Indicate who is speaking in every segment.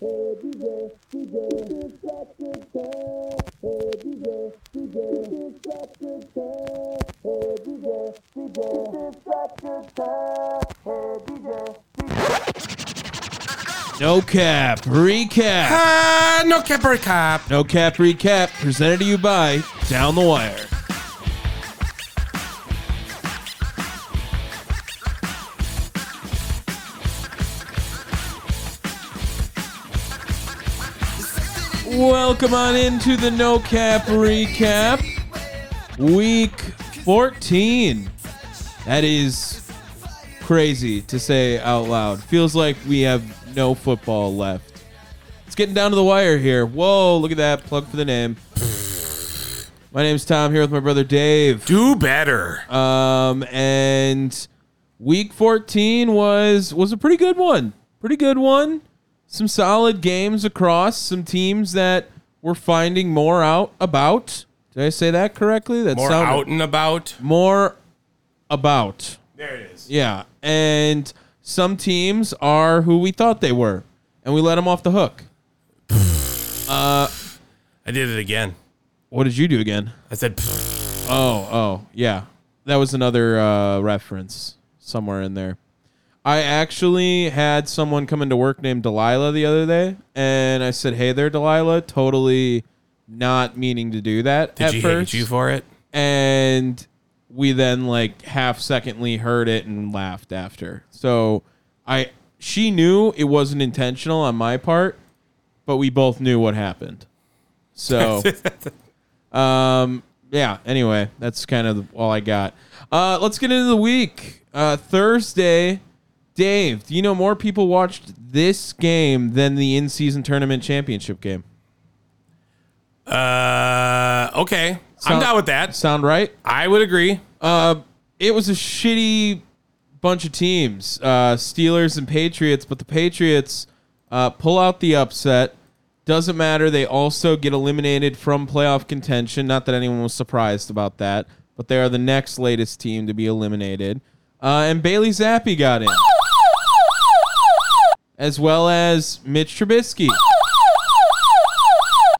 Speaker 1: Hey DJ, DJ, it's such a time. Hey DJ, DJ, it's such a time. Hey DJ, DJ, it's such a time. Hey DJ,
Speaker 2: No cap, recap. Uh,
Speaker 3: Ah, no cap or cap.
Speaker 2: No cap, recap. Presented to you by Down the Wire. Welcome on into the No Cap Recap, week 14. That is crazy to say out loud. Feels like we have no football left. It's getting down to the wire here. Whoa, look at that. Plug for the name. My name's Tom here with my brother Dave.
Speaker 3: Do better.
Speaker 2: Um, and week 14 was was a pretty good one. Pretty good one. Some solid games across some teams that we're finding more out about. Did I say that correctly? That
Speaker 3: More
Speaker 2: sounded
Speaker 3: out and about.
Speaker 2: more about.
Speaker 3: There it is.
Speaker 2: Yeah, and some teams are who we thought they were, and we let them off the hook.
Speaker 3: I did it again.
Speaker 2: What did you do again?
Speaker 3: I said,
Speaker 2: Oh, oh, yeah. That was another uh, reference somewhere in there. I actually had someone come into work named Delilah the other day, and I said, "Hey there, Delilah." Totally not meaning to do that
Speaker 3: did
Speaker 2: at
Speaker 3: you
Speaker 2: first,
Speaker 3: hate you for it?
Speaker 2: and we then like half secondly heard it and laughed after. So I she knew it wasn't intentional on my part, but we both knew what happened. So. Um, yeah, anyway, that's kind of all I got. Uh, let's get into the week. Uh, Thursday, Dave, do you know more people watched this game than the in season tournament championship game?
Speaker 3: Uh, okay. I'm
Speaker 2: Sound-
Speaker 3: down with that.
Speaker 2: Sound right?
Speaker 3: I would agree.
Speaker 2: Uh, it was a shitty bunch of teams uh, Steelers and Patriots, but the Patriots uh, pull out the upset. Doesn't matter. They also get eliminated from playoff contention. Not that anyone was surprised about that, but they are the next latest team to be eliminated. Uh, and Bailey Zappi got in, as well as Mitch Trubisky.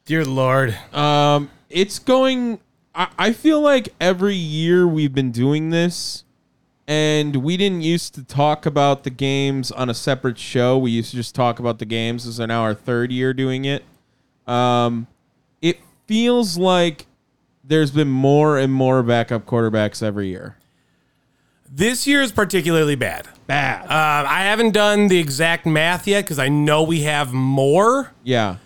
Speaker 3: Dear Lord.
Speaker 2: Um, it's going. I, I feel like every year we've been doing this, and we didn't used to talk about the games on a separate show. We used to just talk about the games. This is now our third year doing it. Um, it feels like there's been more and more backup quarterbacks every year.
Speaker 3: This year is particularly bad.
Speaker 2: Bad.
Speaker 3: Uh, I haven't done the exact math yet because I know we have more.
Speaker 2: yeah.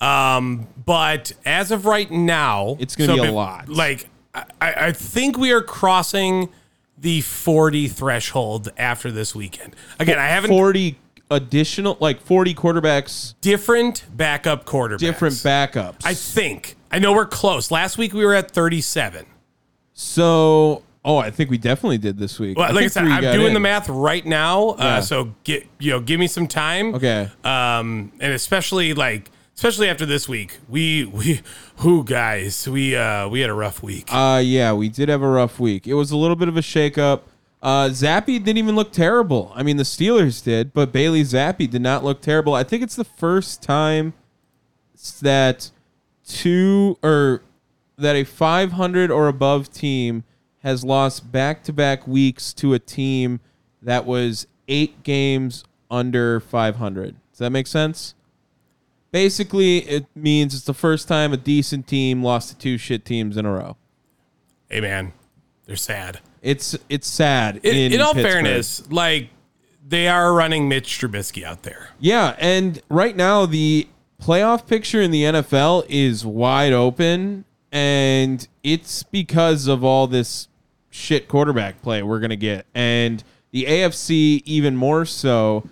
Speaker 3: Um, but as of right now,
Speaker 2: It's gonna be a
Speaker 3: be-
Speaker 2: lot.
Speaker 3: Like, I, I I think we are crossing the 40 threshold after this weekend. Again, I haven't
Speaker 2: Forty additional, like forty quarterbacks,
Speaker 3: different backup quarterbacks.
Speaker 2: different backups.
Speaker 3: I think. I know we're close. Last week we were at 37.
Speaker 2: so. Oh, I think we definitely did this week.
Speaker 3: Well, like I
Speaker 2: think
Speaker 3: said,
Speaker 2: we
Speaker 3: I'm
Speaker 2: got
Speaker 3: doing
Speaker 2: in.
Speaker 3: the math right now.
Speaker 2: Yeah.
Speaker 3: Uh, so get you know, give me some time.
Speaker 2: Okay.
Speaker 3: Um, and especially like especially after this week, we we who guys we uh we had a rough week.
Speaker 2: Uh, yeah, we did have a rough week. It was a little bit of a shakeup. Uh, Zappy didn't even look terrible. I mean, the Steelers did, but Bailey Zappy did not look terrible. I think it's the first time s- that two or that a 500 or above team has lost back-to-back weeks to a team that was eight games under 500. Does that make sense? Basically, it means it's the first time a decent team lost to two shit teams in a row.
Speaker 3: hey man, they're sad.
Speaker 2: It's it's sad.
Speaker 3: In, in all
Speaker 2: Pittsburgh.
Speaker 3: fairness, like they are running Mitch Trubisky out there.
Speaker 2: yeah, and right now the playoff picture in the NFL is wide open, and it's because of all this shit quarterback play we're gonna get, and the AFC even more so.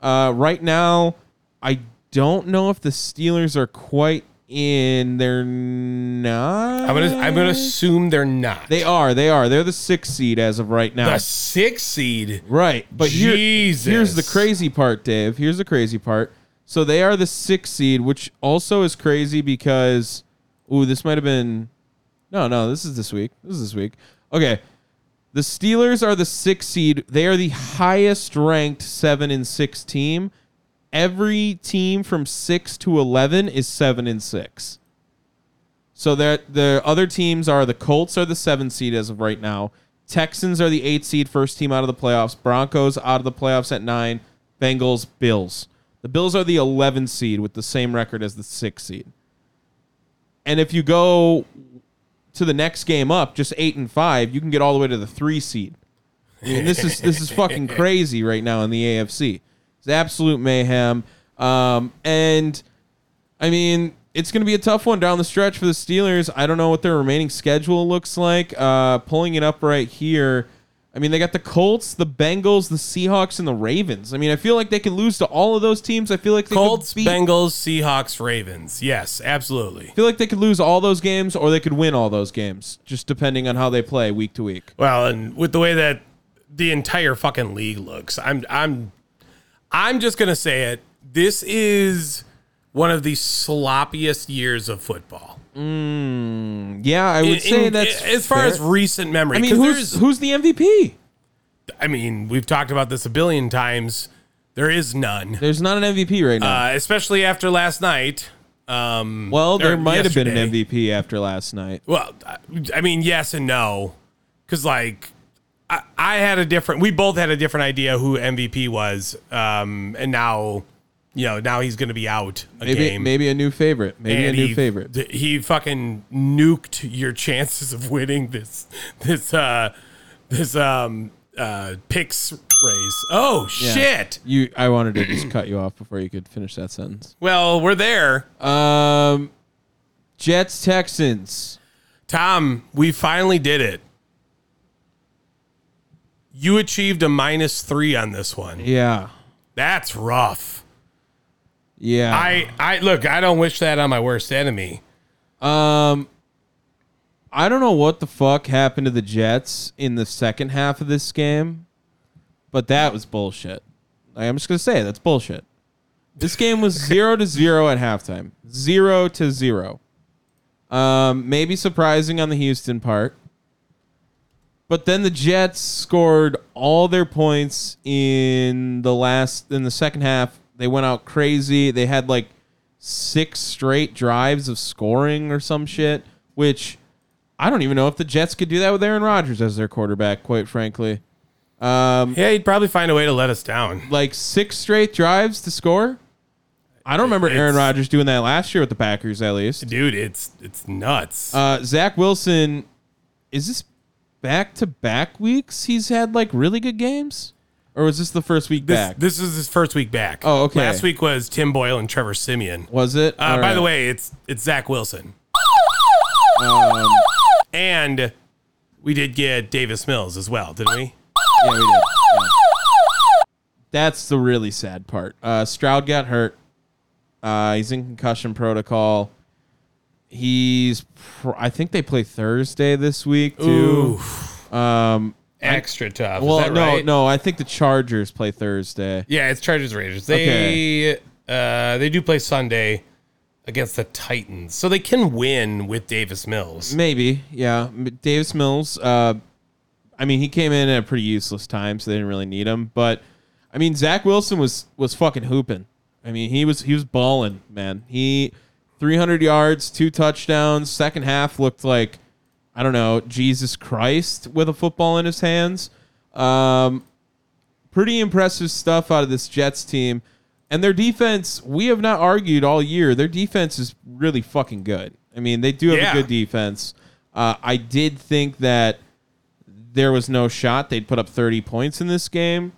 Speaker 2: Uh, right now, I don't know if the Steelers are quite in. They're not.
Speaker 3: I'm gonna I'm gonna assume they're not.
Speaker 2: They are. They are. They're the sixth seed as of right now.
Speaker 3: the six seed.
Speaker 2: Right. But here,
Speaker 3: Jesus.
Speaker 2: here's the crazy part, Dave. Here's the crazy part. So they are the sixth seed, which also is crazy because, ooh, this might have been. No, no, this is this week. This is this week. Okay. The Steelers are the sixth seed. They are the highest ranked seven and six team. every team from six to eleven is seven and six. So there, the other teams are the Colts are the seven seed as of right now. Texans are the eight seed, first team out of the playoffs. Broncos out of the playoffs at nine. Bengals, Bills. The Bills are the 11 seed with the same record as the six seed. And if you go to the next game up, just eight and five, you can get all the way to the three seed. I mean, this is this is fucking crazy right now in the AFC. It's absolute mayhem. Um, and I mean, it's going to be a tough one down the stretch for the Steelers. I don't know what their remaining schedule looks like. Uh, pulling it up right here. I mean, they got the Colts, the Bengals, the Seahawks, and the Ravens. I mean, I feel like they could lose to all of those teams. I feel like they
Speaker 3: Colts,
Speaker 2: could beat,
Speaker 3: Bengals, Seahawks, Ravens. Yes, absolutely.
Speaker 2: I feel like they could lose all those games, or they could win all those games, just depending on how they play week to week.
Speaker 3: Well, and with the way that the entire fucking league looks, I'm I'm I'm just gonna say it. This is one of the sloppiest years of football.
Speaker 2: Yeah, I would
Speaker 3: In-
Speaker 2: say
Speaker 3: in-
Speaker 2: that's
Speaker 3: as far
Speaker 2: fair.
Speaker 3: as recent memory.
Speaker 2: I mean,
Speaker 3: 'cause
Speaker 2: who's
Speaker 3: there's-
Speaker 2: who's the MVP?
Speaker 3: I mean, we've talked about this a billion times. There is none,
Speaker 2: There's not an MVP right now.
Speaker 3: uh, especially after last night. Um,
Speaker 2: well, there
Speaker 3: or
Speaker 2: might have been
Speaker 3: yesterday.
Speaker 2: an MVP after last night.
Speaker 3: Well, I- I mean, yes and no, because like I, I had a different. We both had a different idea who MVP was, um, and now you know now he's going to be out a
Speaker 2: Maybe
Speaker 3: game.
Speaker 2: maybe a new favorite. Maybe
Speaker 3: and
Speaker 2: a new
Speaker 3: he,
Speaker 2: favorite.
Speaker 3: th- He fucking nuked your chances of winning this this uh this um uh picks race. Oh
Speaker 2: Yeah.
Speaker 3: shit.
Speaker 2: You I wanted to just cut you off before you could finish that sentence.
Speaker 3: Well, we're there.
Speaker 2: Um Jets Texans.
Speaker 3: Tom, we finally did it. You achieved a minus three on this one.
Speaker 2: Yeah.
Speaker 3: That's rough.
Speaker 2: Yeah.
Speaker 3: I, I look, I don't wish that on my worst enemy.
Speaker 2: um I don't know what the fuck happened to the Jets in the second half of this game, but that was bullshit. Like, I'm just gonna say it, that's bullshit. This game was zero to zero at halftime. Zero to zero. Um, maybe surprising on the Houston part. But then the Jets scored all their points in the last in the second half. They went out crazy. They had like six straight drives of scoring or some shit, which I don't even know if the Jets could do that with Aaron Rodgers as their quarterback, quite frankly. Um,
Speaker 3: Yeah, he'd probably find a way to let us down.
Speaker 2: like six straight drives to score. I don't remember Aaron
Speaker 3: It's-
Speaker 2: Rodgers doing that last year with the Packers, at least.
Speaker 3: Dude, it's it's nuts.
Speaker 2: Uh, Zach Wilson, is this back to back weeks he's had like really good games? Or was this the first week
Speaker 3: this,
Speaker 2: back?
Speaker 3: this is his first week back.
Speaker 2: Oh, okay.
Speaker 3: Last week was Tim Boyle and Trevor Simeon.
Speaker 2: was it?
Speaker 3: Uh, by the way, it's it's Zach Wilson.
Speaker 2: Um,
Speaker 3: and we did get Davis Mills as well, didn't we?
Speaker 2: yeah, we did. Yeah. That's the really sad part. Uh, Stroud got hurt. Uh, he's in concussion protocol. He's, pr- I think they play Thursday this week too. Um,
Speaker 3: Extra tough.
Speaker 2: Well, no, no. I think the Chargers play Thursday.
Speaker 3: Yeah, it's Chargers Raiders.
Speaker 2: They,
Speaker 3: uh they do play Sunday against the Titans. So they can win with Davis Mills.
Speaker 2: Maybe, yeah. M- Davis Mills. Uh, I mean, he came in at a pretty useless time, so they didn't really need him. But I mean, Zach Wilson was was fucking hooping. I mean, he was he was balling, man. He 300 yards, two touchdowns. Second half looked like I don't know Jesus Christ with a football in his hands. Um, pretty impressive stuff out of this Jets team. And their defense, we have not argued all year. Their defense is really fucking good. I mean, they do have
Speaker 3: Yeah.
Speaker 2: a good defense. Uh, I did think that there was no shot they'd put up 30 points in this game,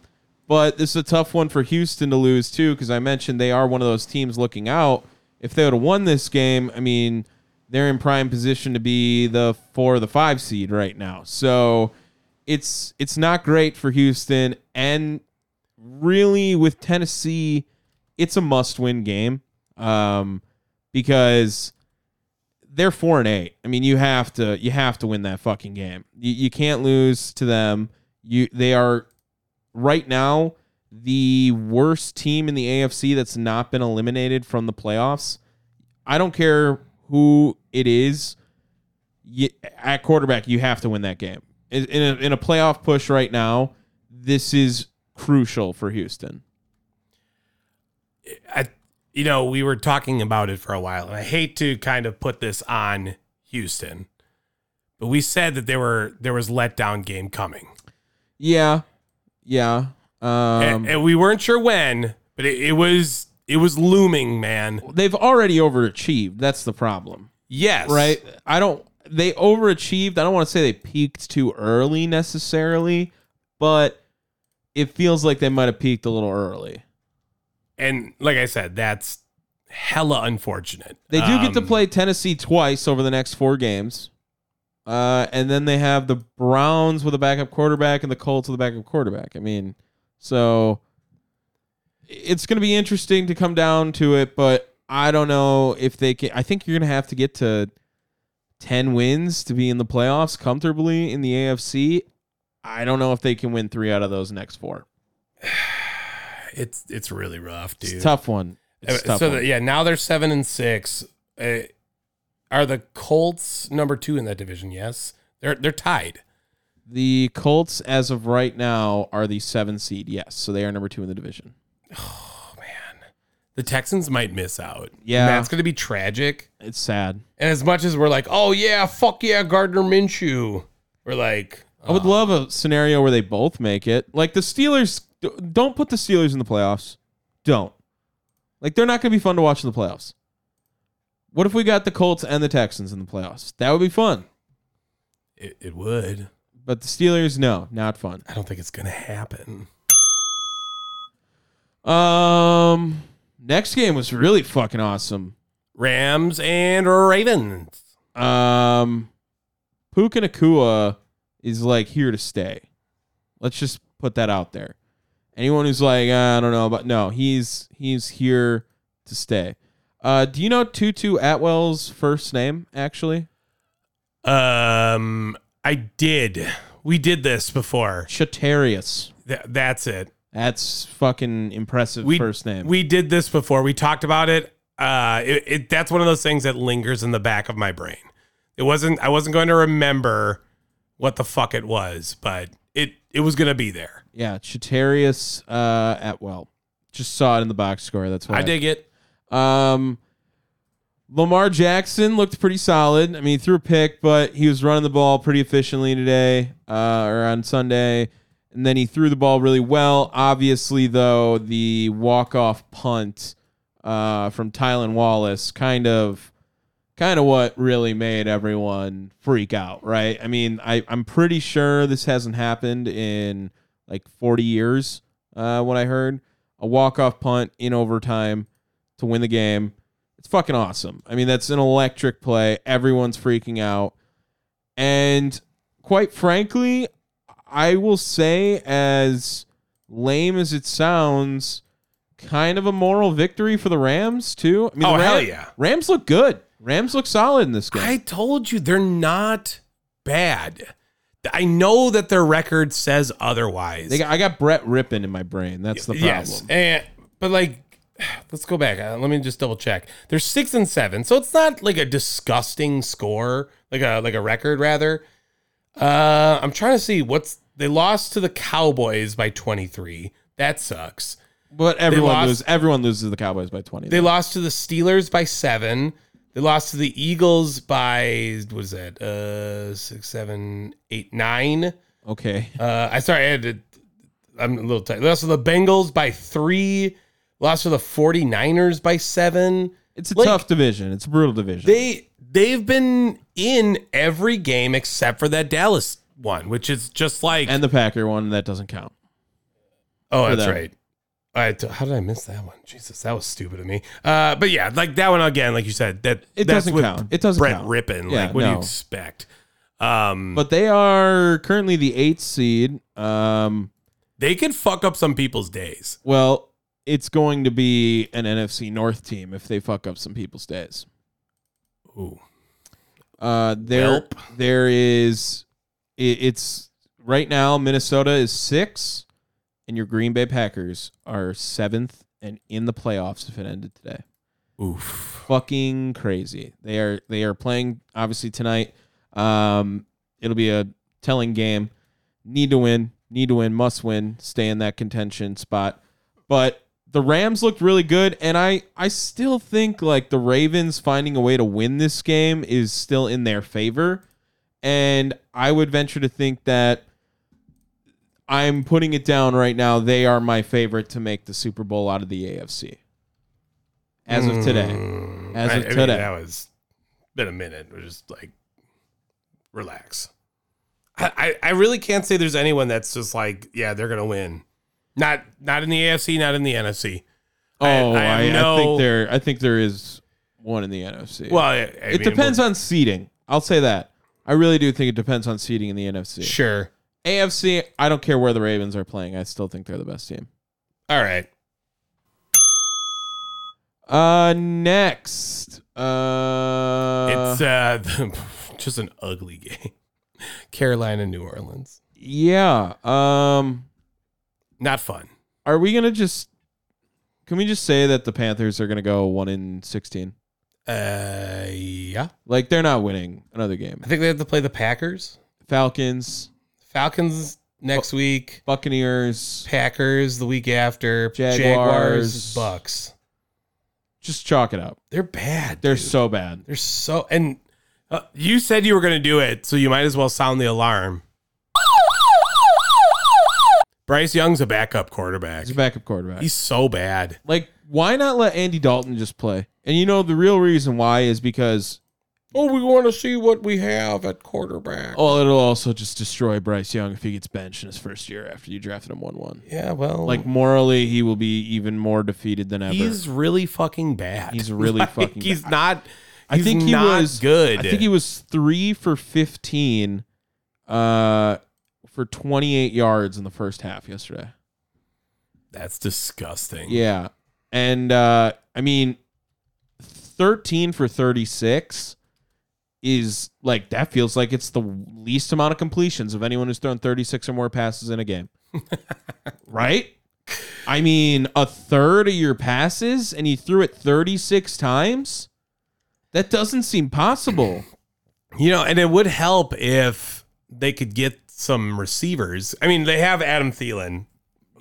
Speaker 2: but this is a tough one for Houston to lose, too, because I mentioned they are one of those teams looking out. If they would have won this game, I mean, they're in prime position to be the four or the five seed right now. So it's it's not great for Houston and really with Tennessee it's a must-win game um because they're 4 and 8. I mean you have to you have to win that fucking game. You, you can't lose to them. You they are right now the worst team in the AFC that's not been eliminated from the playoffs. I don't care who it is. You, at quarterback, you have to win that game. In, in, a, in a playoff push right now, this is crucial for Houston.
Speaker 3: you know, we were talking about it for a while, and I hate to kind of put this on Houston, but we said that there were there was letdown game coming,
Speaker 2: Yeah, yeah. Um,
Speaker 3: and, and we weren't sure when, but it, it was it was looming, man.
Speaker 2: they've already overachieved. That's the problem,
Speaker 3: Yes,
Speaker 2: right? I don't. They overachieved. I don't want to say they peaked too early necessarily, but it feels like they might have peaked a little early.
Speaker 3: And like I said, that's hella unfortunate.
Speaker 2: They do get to
Speaker 3: Um,
Speaker 2: play Tennessee twice over the next four games. Uh, and then they have the Browns with a backup quarterback and the Colts with a backup quarterback. I mean, so it's going to be interesting to come down to it, but I don't know if they can. I think you're going to have to get to 10 wins to be in the playoffs comfortably in the AFC. I don't know if they can win three out of those next four.
Speaker 3: It's it's really rough, dude.
Speaker 2: It's a tough one. It's a
Speaker 3: Uh,
Speaker 2: tough
Speaker 3: so
Speaker 2: one.
Speaker 3: that yeah, now they're seven and six. Uh, are the Colts number two in that division? Yes, they're they're tied.
Speaker 2: The Colts, as of right now, are the seven seed. Yes, so they are number two in the division.
Speaker 3: The Texans might miss out.
Speaker 2: Yeah.
Speaker 3: and that's going to be tragic.
Speaker 2: It's sad.
Speaker 3: And as much as we're like, oh yeah, fuck yeah, Gardner Minshew, we're like, "Oh,
Speaker 2: I would love a scenario where they both make it. Like the Steelers, d- don't put the Steelers in the playoffs. Don't. Like they're not going to be fun to watch in the playoffs. What if we got the Colts and the Texans in the playoffs? That would be fun.
Speaker 3: it, it would.
Speaker 2: But the Steelers, no, not fun.
Speaker 3: I don't think it's going to happen.
Speaker 2: Um, next game was really fucking awesome.
Speaker 3: Rams and Ravens.
Speaker 2: Um, Puka Nakua is like here to stay. Let's just put that out there. Anyone who's like, "Ah, I don't know, but no, he's he's here to stay. Uh, do you know Tutu Atwell's first name actually?
Speaker 3: Um, I did. We did this before.
Speaker 2: Chatarius.
Speaker 3: Th- that's it.
Speaker 2: That's fucking impressive first name.
Speaker 3: We did this before. We talked about it. Uh, it, it. That's one of those things that lingers in the back of my brain. It wasn't. I wasn't going to remember what the fuck it was, but it it was going to be there.
Speaker 2: yeah, Chatarius uh, Atwell. Just saw it in the box score. That's why
Speaker 3: I dig it.
Speaker 2: Um, Lamar Jackson looked pretty solid. I mean, he threw a pick, but he was running the ball pretty efficiently today uh, or on Sunday. And then he threw the ball really well. Obviously, though, the walk off punt uh, from Tylen Wallace kind of kind of what really made everyone freak out, right? I mean, I, I'm pretty sure this hasn't happened in like 40 years, uh, what I heard. A walk off punt in overtime to win the game. It's fucking awesome. I mean, that's an electric play. Everyone's freaking out. And quite frankly, I will say, as lame as it sounds, kind of a moral victory for the Rams, too. I mean,
Speaker 3: Oh,
Speaker 2: the Ram-
Speaker 3: hell yeah.
Speaker 2: Rams look good. Rams look solid in this game.
Speaker 3: I told you they're not bad. I know that their record says otherwise.
Speaker 2: They got- I got Brett Rippin in my brain. That's the problem.
Speaker 3: Yes, and but like, let's go back. Uh, let me just double check. They're six and seven, so it's not like a disgusting score, like a like a record rather. Uh, I'm trying to see what's they lost to the Cowboys by 23. That sucks.
Speaker 2: But everyone
Speaker 3: lost-
Speaker 2: loses. Everyone loses to the Cowboys by twenty.
Speaker 3: They lost to the Steelers by seven. They lost to the Eagles by what is that? Uh, six, seven, eight, nine.
Speaker 2: okay.
Speaker 3: Uh, I sorry, I had to, I'm a little tight. Lost to the Bengals by three. Lost to the 49ers by seven.
Speaker 2: It's a
Speaker 3: like-
Speaker 2: tough division. It's a brutal division.
Speaker 3: They they've been in every game except for that Dallas one, which is just like
Speaker 2: and the Packer one that doesn't count.
Speaker 3: oh, that's
Speaker 2: them.
Speaker 3: right. I t- how did I miss that one? Jesus, that was stupid of me. Uh, but yeah, like that one again, like you said, that
Speaker 2: It
Speaker 3: that's
Speaker 2: doesn't
Speaker 3: with
Speaker 2: count. It doesn't
Speaker 3: Brett
Speaker 2: count.
Speaker 3: Rippin.
Speaker 2: Yeah,
Speaker 3: like, what do
Speaker 2: no.
Speaker 3: you expect? Um,
Speaker 2: But they are currently the eighth seed. Um,
Speaker 3: they could fuck up some people's days.
Speaker 2: well, it's going to be an NFC North team if they fuck up some people's days.
Speaker 3: Ooh,
Speaker 2: Uh, there,
Speaker 3: Welp.
Speaker 2: there is. It, it's right now. Minnesota is six, and your Green Bay Packers are seventh and in the playoffs if it ended today.
Speaker 3: oof.
Speaker 2: fucking crazy. They are they are playing obviously tonight. Um, it'll be a telling game. Need to win. Need to win. Must win. Stay in that contention spot. But the Rams looked really good, and I I still think like the Ravens finding a way to win this game is still in their favor, and I would venture to think that I'm putting it down right now. They are my favorite to make the Super Bowl out of the AFC as of
Speaker 3: Hmm.
Speaker 2: today. As
Speaker 3: I-
Speaker 2: of
Speaker 3: I mean,
Speaker 2: today,
Speaker 3: that was been a minute. We're just like relax. I, I I really can't say there's anyone that's just like, yeah, they're gonna win. Not not in the AFC, not in the NFC. I-
Speaker 2: oh,
Speaker 3: I have
Speaker 2: I, I
Speaker 3: no-
Speaker 2: think there I think there is one in the NFC.
Speaker 3: Well, I, I
Speaker 2: it
Speaker 3: mean,
Speaker 2: depends on seeding. I'll say that. I really do think it depends on seeding in the NFC.
Speaker 3: Sure.
Speaker 2: AFC, I don't care where the Ravens are playing. I still think they're the best team.
Speaker 3: All right.
Speaker 2: Uh, next. Uh,
Speaker 3: it's uh just an ugly game. Carolina, New Orleans.
Speaker 2: yeah. Um,
Speaker 3: Not fun.
Speaker 2: are we gonna just? Can we just say that the Panthers are gonna go one in sixteen?
Speaker 3: Uh yeah.
Speaker 2: Like they're not winning another game.
Speaker 3: I think they have to play the Packers.
Speaker 2: Falcons,
Speaker 3: Falcons
Speaker 2: Oh.
Speaker 3: next week.
Speaker 2: Buccaneers,
Speaker 3: Packers the week after.
Speaker 2: Jaguars.
Speaker 3: Bucks.
Speaker 2: just chalk it up.
Speaker 3: They're bad.
Speaker 2: They're
Speaker 3: dude.
Speaker 2: so bad.
Speaker 3: They're so and uh, you said you were going to do it, so you might as well sound the alarm. Bryce Young's a backup quarterback.
Speaker 2: He's a backup quarterback.
Speaker 3: He's so bad.
Speaker 2: like, why not let Andy Dalton just play? And you know the real reason why is because
Speaker 3: Oh, we want to see what we have at quarterback. Oh,
Speaker 2: oh, it'll also just destroy Bryce Young if he gets benched in his first year after you drafted him one one.
Speaker 3: yeah, well,
Speaker 2: Like morally, he will be even more defeated than ever.
Speaker 3: he's really fucking bad.
Speaker 2: He's really
Speaker 3: Like,
Speaker 2: fucking
Speaker 3: He's
Speaker 2: bad.
Speaker 3: not.
Speaker 2: I
Speaker 3: he's
Speaker 2: think he
Speaker 3: not
Speaker 2: was
Speaker 3: good.
Speaker 2: I think he was three for fifteen, uh, for twenty eight yards in the first half yesterday.
Speaker 3: That's disgusting.
Speaker 2: Yeah, and uh, I mean, thirteen for thirty six is like that feels like it's the least amount of completions of anyone who's thrown thirty six or more passes in a game, right? I mean, a third of your passes, and he threw it thirty six times. That doesn't seem possible.
Speaker 3: You know, and it would help if they could get some receivers. I mean, they have Adam Thielen,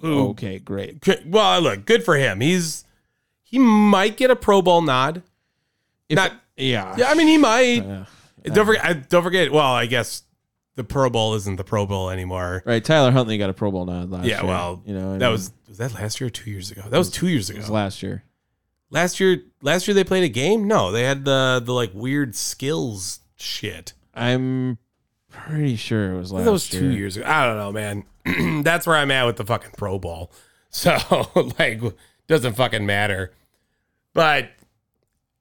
Speaker 3: who
Speaker 2: Okay, great.
Speaker 3: Good- Well, look, good for him. He's he might get a Pro Bowl nod.
Speaker 2: If,
Speaker 3: Not-
Speaker 2: yeah.
Speaker 3: Yeah, I mean he might.
Speaker 2: Ugh.
Speaker 3: Don't forget. I- Don't forget. Well, I guess the Pro Bowl isn't the Pro Bowl anymore.
Speaker 2: right. Tyler Huntley got a Pro Bowl nod last
Speaker 3: Yeah,
Speaker 2: year.
Speaker 3: well,
Speaker 2: you know I
Speaker 3: That
Speaker 2: mean,
Speaker 3: was was that last year or two years ago? That was two years
Speaker 2: it was
Speaker 3: ago.
Speaker 2: last year.
Speaker 3: Last year, last year they played a game. No, they had the the like weird skills shit.
Speaker 2: I'm pretty sure it was
Speaker 3: I
Speaker 2: last.
Speaker 3: think That was
Speaker 2: year.
Speaker 3: two years ago. I don't know, man. That's where I'm at with the fucking Pro Bowl. So like, doesn't fucking matter. But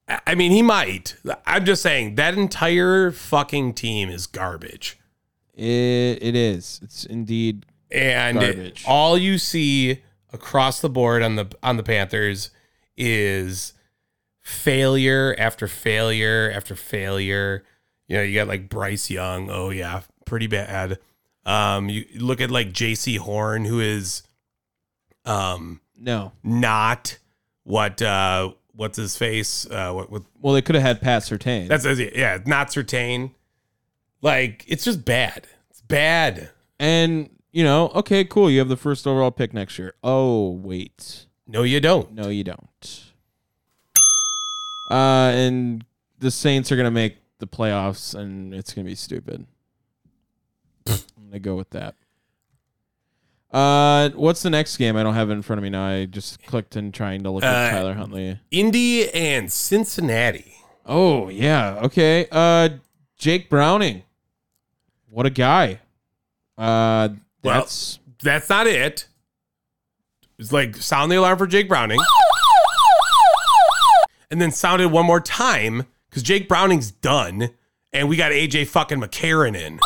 Speaker 3: I I mean, he might. I'm just saying that entire fucking team is garbage,
Speaker 2: It it is. It's indeed.
Speaker 3: and
Speaker 2: Garbage.
Speaker 3: all you see across the board on the on the Panthers is failure after failure after failure. You know, you got like Bryce Young. Oh yeah, pretty bad. Um, you you look at like J.C. Horn, who is, um,
Speaker 2: No.
Speaker 3: not what uh, what's his face? Uh, what what?
Speaker 2: Well, they could have had Pat Sertain.
Speaker 3: That's that's it. yeah, not certain. Like it's just bad. It's bad.
Speaker 2: and you know, okay, cool. You have the first overall pick next year. Oh wait,
Speaker 3: No, you don't.
Speaker 2: no, you don't. Uh, and the Saints are gonna make the playoffs, and it's gonna be stupid. I'm gonna go with that. Uh, what's the next game? I don't have it in front of me now. I just clicked in trying to look
Speaker 3: Uh,
Speaker 2: at Tyler Huntley.
Speaker 3: Indy and Cincinnati.
Speaker 2: Oh yeah, okay. Uh, Jake Browning, what a guy. Uh,
Speaker 3: Well-
Speaker 2: that's
Speaker 3: That's not it. It's like sound the alarm for Jake Browning. And then sounded one more time because Jake Browning's done. And we got AJ fucking McCarron in.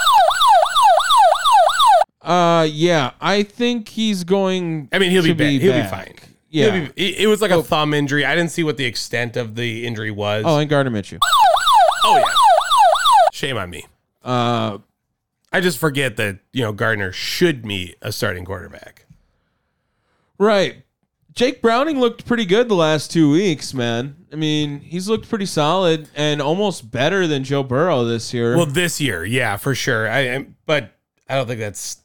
Speaker 2: uh, yeah. I think he's going.
Speaker 3: I mean, he'll be,
Speaker 2: to
Speaker 3: bad. He'll be fine.
Speaker 2: Yeah.
Speaker 3: He'll be- it, it was like a thumb injury. I didn't see what the extent of the injury was.
Speaker 2: oh, and Gardner Minshew.
Speaker 3: Oh, yeah. Shame on me.
Speaker 2: Uh,
Speaker 3: I just forget that, you know, Gardner should be a starting quarterback.
Speaker 2: right. Jake Browning looked pretty good the last two weeks, man. I mean, he's looked pretty solid and almost better than Joe Burrow this year.
Speaker 3: Well, this year, yeah, for sure. I am, but I don't think that's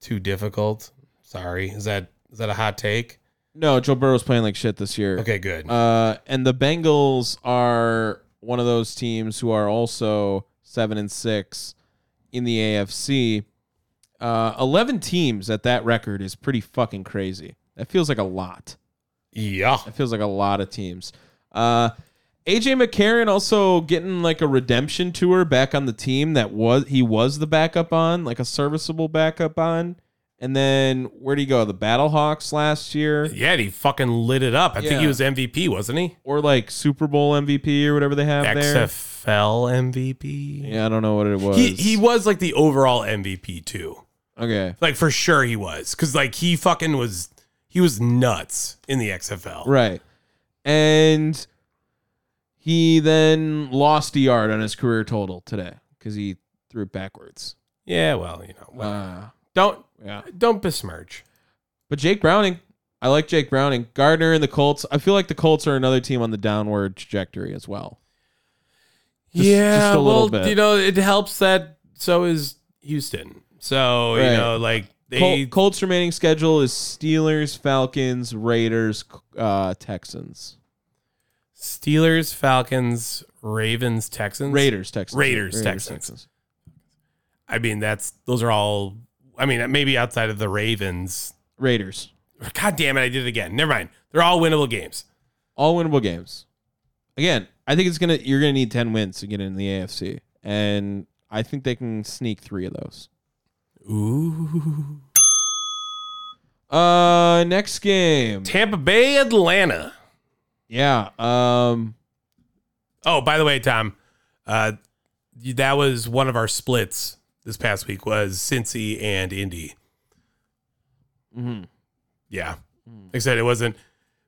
Speaker 3: too difficult. Sorry, is that is that a hot take?
Speaker 2: No, Joe Burrow's playing like shit this year.
Speaker 3: Okay, good.
Speaker 2: Uh, and the Bengals are one of those teams who are also seven and six in the AFC. Uh, Eleven teams at that record is pretty fucking crazy. That feels like a lot.
Speaker 3: yeah.
Speaker 2: That feels like a lot of teams. Uh, AJ McCarron also getting like a redemption tour back on the team that was he was the backup on, like a serviceable backup on. And then where would he go? The Battlehawks last year.
Speaker 3: Yeah, and he fucking lit it up. I think he
Speaker 2: Yeah.
Speaker 3: was MVP, wasn't he?
Speaker 2: or like Super Bowl MVP or whatever they have there.
Speaker 3: XFL MVP.
Speaker 2: Yeah, I don't know what it was.
Speaker 3: He he was like the overall MVP too.
Speaker 2: okay,
Speaker 3: Like for sure he was cuz like he fucking was he was nuts in the XFL.
Speaker 2: right, and he then lost a yard on his career total today because he threw it backwards.
Speaker 3: Yeah, well, you know. Well,
Speaker 2: Uh,
Speaker 3: don't
Speaker 2: yeah,
Speaker 3: don't besmirch.
Speaker 2: but Jake Browning, I like Jake Browning. Gardner and the Colts. I feel like the Colts are another team on the downward trajectory as well. Just-
Speaker 3: yeah,
Speaker 2: just a
Speaker 3: well,
Speaker 2: little bit.
Speaker 3: you know, it helps that so is Houston. So, you
Speaker 2: Right.
Speaker 3: know, like they
Speaker 2: Col- Colts' remaining schedule is Steelers, Falcons, Raiders, uh, Texans,
Speaker 3: Steelers, Falcons, Ravens, Texans.
Speaker 2: Raiders, Texans,
Speaker 3: Raiders, Texans. I mean, that's those are all. I mean, maybe outside of the Ravens.
Speaker 2: Raiders.
Speaker 3: God damn it! I did it again. Never mind. They're all winnable games.
Speaker 2: all winnable games. Again, I think it's gonna you're gonna need ten wins to get in the AFC, and I think they can sneak three of those.
Speaker 3: Ooh.
Speaker 2: Uh, next game,
Speaker 3: Tampa Bay, Atlanta.
Speaker 2: yeah. Um,
Speaker 3: Oh, by the way, Tom, uh, that was one of our splits this past week was Cincy and Indy.
Speaker 2: mhm.
Speaker 3: Yeah, like I said, it wasn't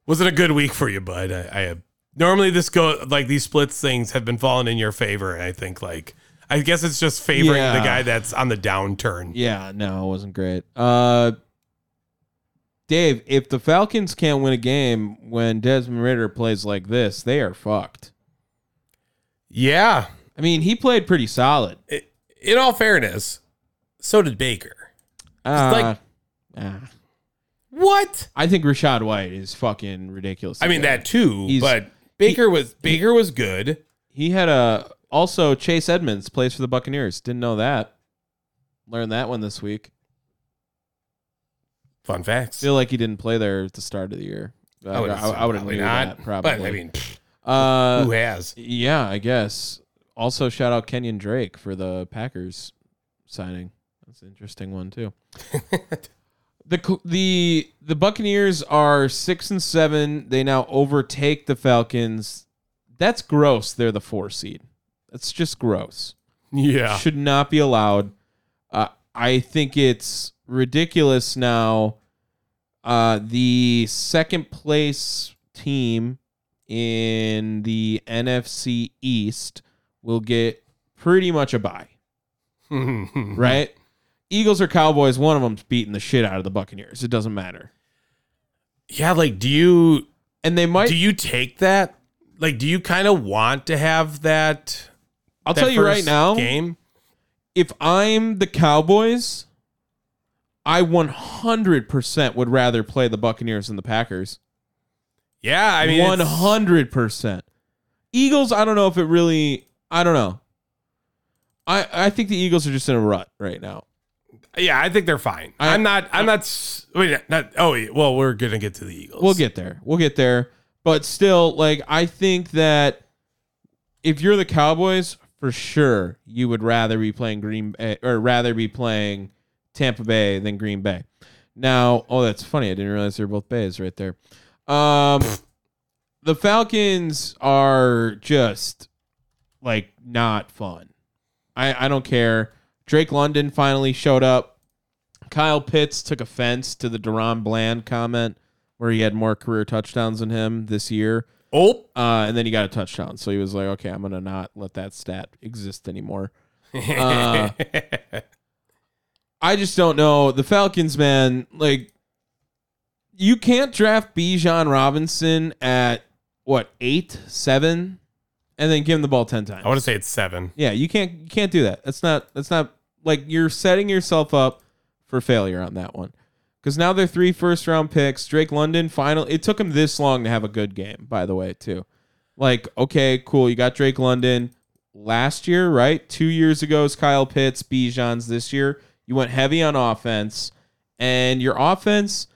Speaker 3: wasn't a good week for you, bud. I, I normally this go like these splits things have been falling in your favor, and I think like I guess it's just favoring the
Speaker 2: Yeah.
Speaker 3: guy that's on the downturn.
Speaker 2: yeah, no, it wasn't great. Uh, Dave, if the Falcons can't win a game when Desmond Ritter plays like this, they are fucked.
Speaker 3: Yeah.
Speaker 2: I mean, he played pretty solid.
Speaker 3: in all fairness, so did Baker.
Speaker 2: Uh,
Speaker 3: like-
Speaker 2: ah.
Speaker 3: What?
Speaker 2: I think Rashad White is fucking ridiculous.
Speaker 3: I mean
Speaker 2: today.
Speaker 3: that too,
Speaker 2: He's-
Speaker 3: but Baker was Baker was good.
Speaker 2: He had a also Chase Edmonds plays for the Buccaneers. Didn't know that. Learned that one this week.
Speaker 3: Fun facts.
Speaker 2: Feel like he didn't play there at the start of the year. I, I,
Speaker 3: would've said
Speaker 2: I would have
Speaker 3: probably
Speaker 2: knew that probably.
Speaker 3: But I mean, pfft,
Speaker 2: uh,
Speaker 3: who has?
Speaker 2: yeah, I guess. Also, shout out Kenyon Drake for the Packers signing. That's an interesting one too. the Co- the The Buccaneers are six and seven. They now overtake the Falcons. That's gross. They're the four seed. That's just gross.
Speaker 3: yeah.
Speaker 2: should not be allowed. Uh, I think it's ridiculous now. Uh, the second place team in the NFC East will get pretty much a bye,
Speaker 3: Mm-hmm.
Speaker 2: right? Eagles or Cowboys, one of them's beating the shit out of the Buccaneers. It doesn't matter.
Speaker 3: Yeah, like do you
Speaker 2: And they might.
Speaker 3: do you take that? Like do you kind of want to have that
Speaker 2: I'll
Speaker 3: that
Speaker 2: tell you right
Speaker 3: first
Speaker 2: now.
Speaker 3: game?
Speaker 2: if I'm the Cowboys, I 100% would rather play the Buccaneers than the Packers.
Speaker 3: Yeah, I mean
Speaker 2: one
Speaker 3: it's-
Speaker 2: hundred percent. Eagles. I don't know if it really. I don't know. I I think the Eagles are just in a rut right now.
Speaker 3: Yeah, I think they're fine. I,
Speaker 2: I-
Speaker 3: am not I'm not s- wait, not oh, yeah, well, we're going to get to the Eagles.
Speaker 2: We'll get there. We'll get there. But still, like I think that if you're the Cowboys, for sure you would rather be playing Green Bay or rather be playing Tampa Bay than Green Bay. Now, oh, that's funny. I didn't realize they were both Bays right there. Um, the Falcons are just like not fun. I, I don't care. Drake London finally showed up. Kyle Pitts took offense to the Deron Bland comment where he had more career touchdowns than him this year.
Speaker 3: Oh,
Speaker 2: Uh, and then he got a touchdown. So he was like, okay, I'm going to not let that stat exist anymore. Uh, I just don't know. The Falcons, man, like, you can't draft Bijan Robinson at what, eight, seven, and then give him the ball 10 times.
Speaker 3: I want to say it's 7.
Speaker 2: Yeah, you can't you can't do that. That's not that's not like you're setting yourself up for failure on that one. because now they're three first round picks. Drake London, final. It took him this long to have a good game, by the way, too. Like, okay, cool. You got Drake London last year, right? Two years ago is Kyle Pitts, Bijan's this year. You went heavy on offense, and your offense,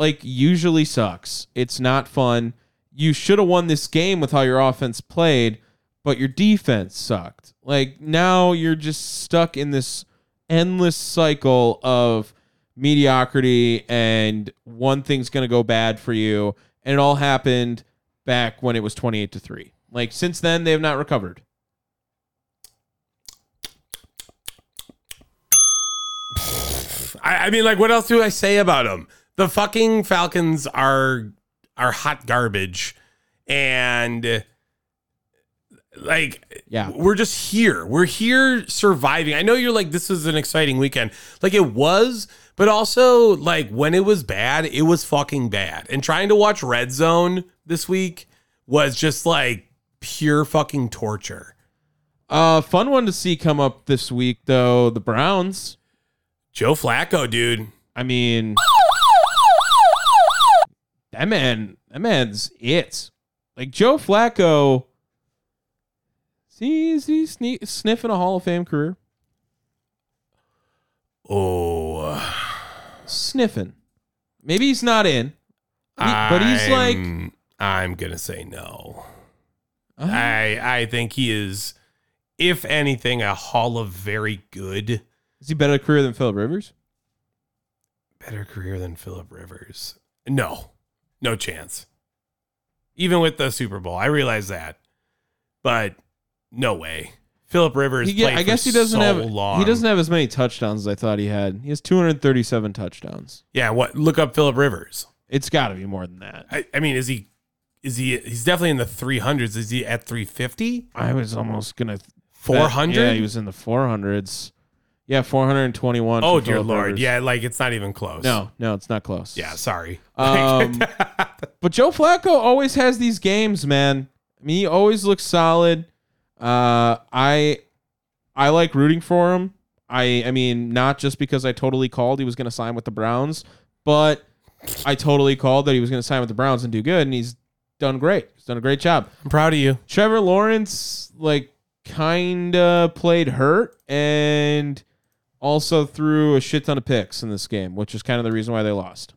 Speaker 2: like, usually sucks. It's not fun. You should have won this game with how your offense played, but your defense sucked. Like, now you're just stuck in this endless cycle of mediocrity and one thing's going to go bad for you and it all happened back when it was 28 to 3 like since then they have not recovered
Speaker 3: I, I mean, like, what else do I say about them? The fucking Falcons are are hot garbage, and like,
Speaker 2: Yeah.
Speaker 3: we're just here. We're here surviving. I know you're like, this is an exciting weekend. Like it was, but also like when it was bad, it was fucking bad. And trying to watch Red Zone this week was just like pure fucking torture.
Speaker 2: uh fun one to see come up this week though the browns
Speaker 3: Joe Flacco, dude.
Speaker 2: i mean that man that man's it like joe flacco see is he sne- sniffing a hall of fame career
Speaker 3: Oh.
Speaker 2: sniffing maybe he's not in but he's like-
Speaker 3: I'm- I'm gonna say no.
Speaker 2: Uh-huh.
Speaker 3: I I think he is, if anything, a Hall of Very good.
Speaker 2: Is he better at career than Philip Rivers?
Speaker 3: Better career than Philip Rivers. No, no chance. Even with the Super Bowl, I realize that, but no way. Philip Rivers.
Speaker 2: He get-
Speaker 3: played
Speaker 2: I guess
Speaker 3: for
Speaker 2: he doesn't
Speaker 3: so
Speaker 2: have
Speaker 3: long.
Speaker 2: he doesn't have as many touchdowns as I thought he had. He has 237 touchdowns.
Speaker 3: Yeah, what? Look up Philip Rivers.
Speaker 2: It's got to be more than that.
Speaker 3: I, I mean, is he? Is he? He's definitely in the three hundreds. Is he at three fifty?
Speaker 2: I was almost gonna bet-
Speaker 3: Four hundred?
Speaker 2: Yeah, he was in the 400s. Yeah, 421.
Speaker 3: Oh
Speaker 2: for
Speaker 3: dear
Speaker 2: Phillip
Speaker 3: lord!
Speaker 2: Rivers.
Speaker 3: Yeah, like it's not even close.
Speaker 2: No, no, it's not close.
Speaker 3: Yeah, sorry.
Speaker 2: Um, but Joe Flacco always has these games, man. I mean, he always looks solid. Uh, I I like rooting for him. I I mean, not just because I totally called he was going to sign with the Browns, but I totally called that he was going to sign with the Browns and do good, and he's done great. He's done a great job.
Speaker 3: I'm proud of you.
Speaker 2: Trevor Lawrence like kind of played hurt and also threw a shit ton of picks in this game, which is kind of the reason why they lost.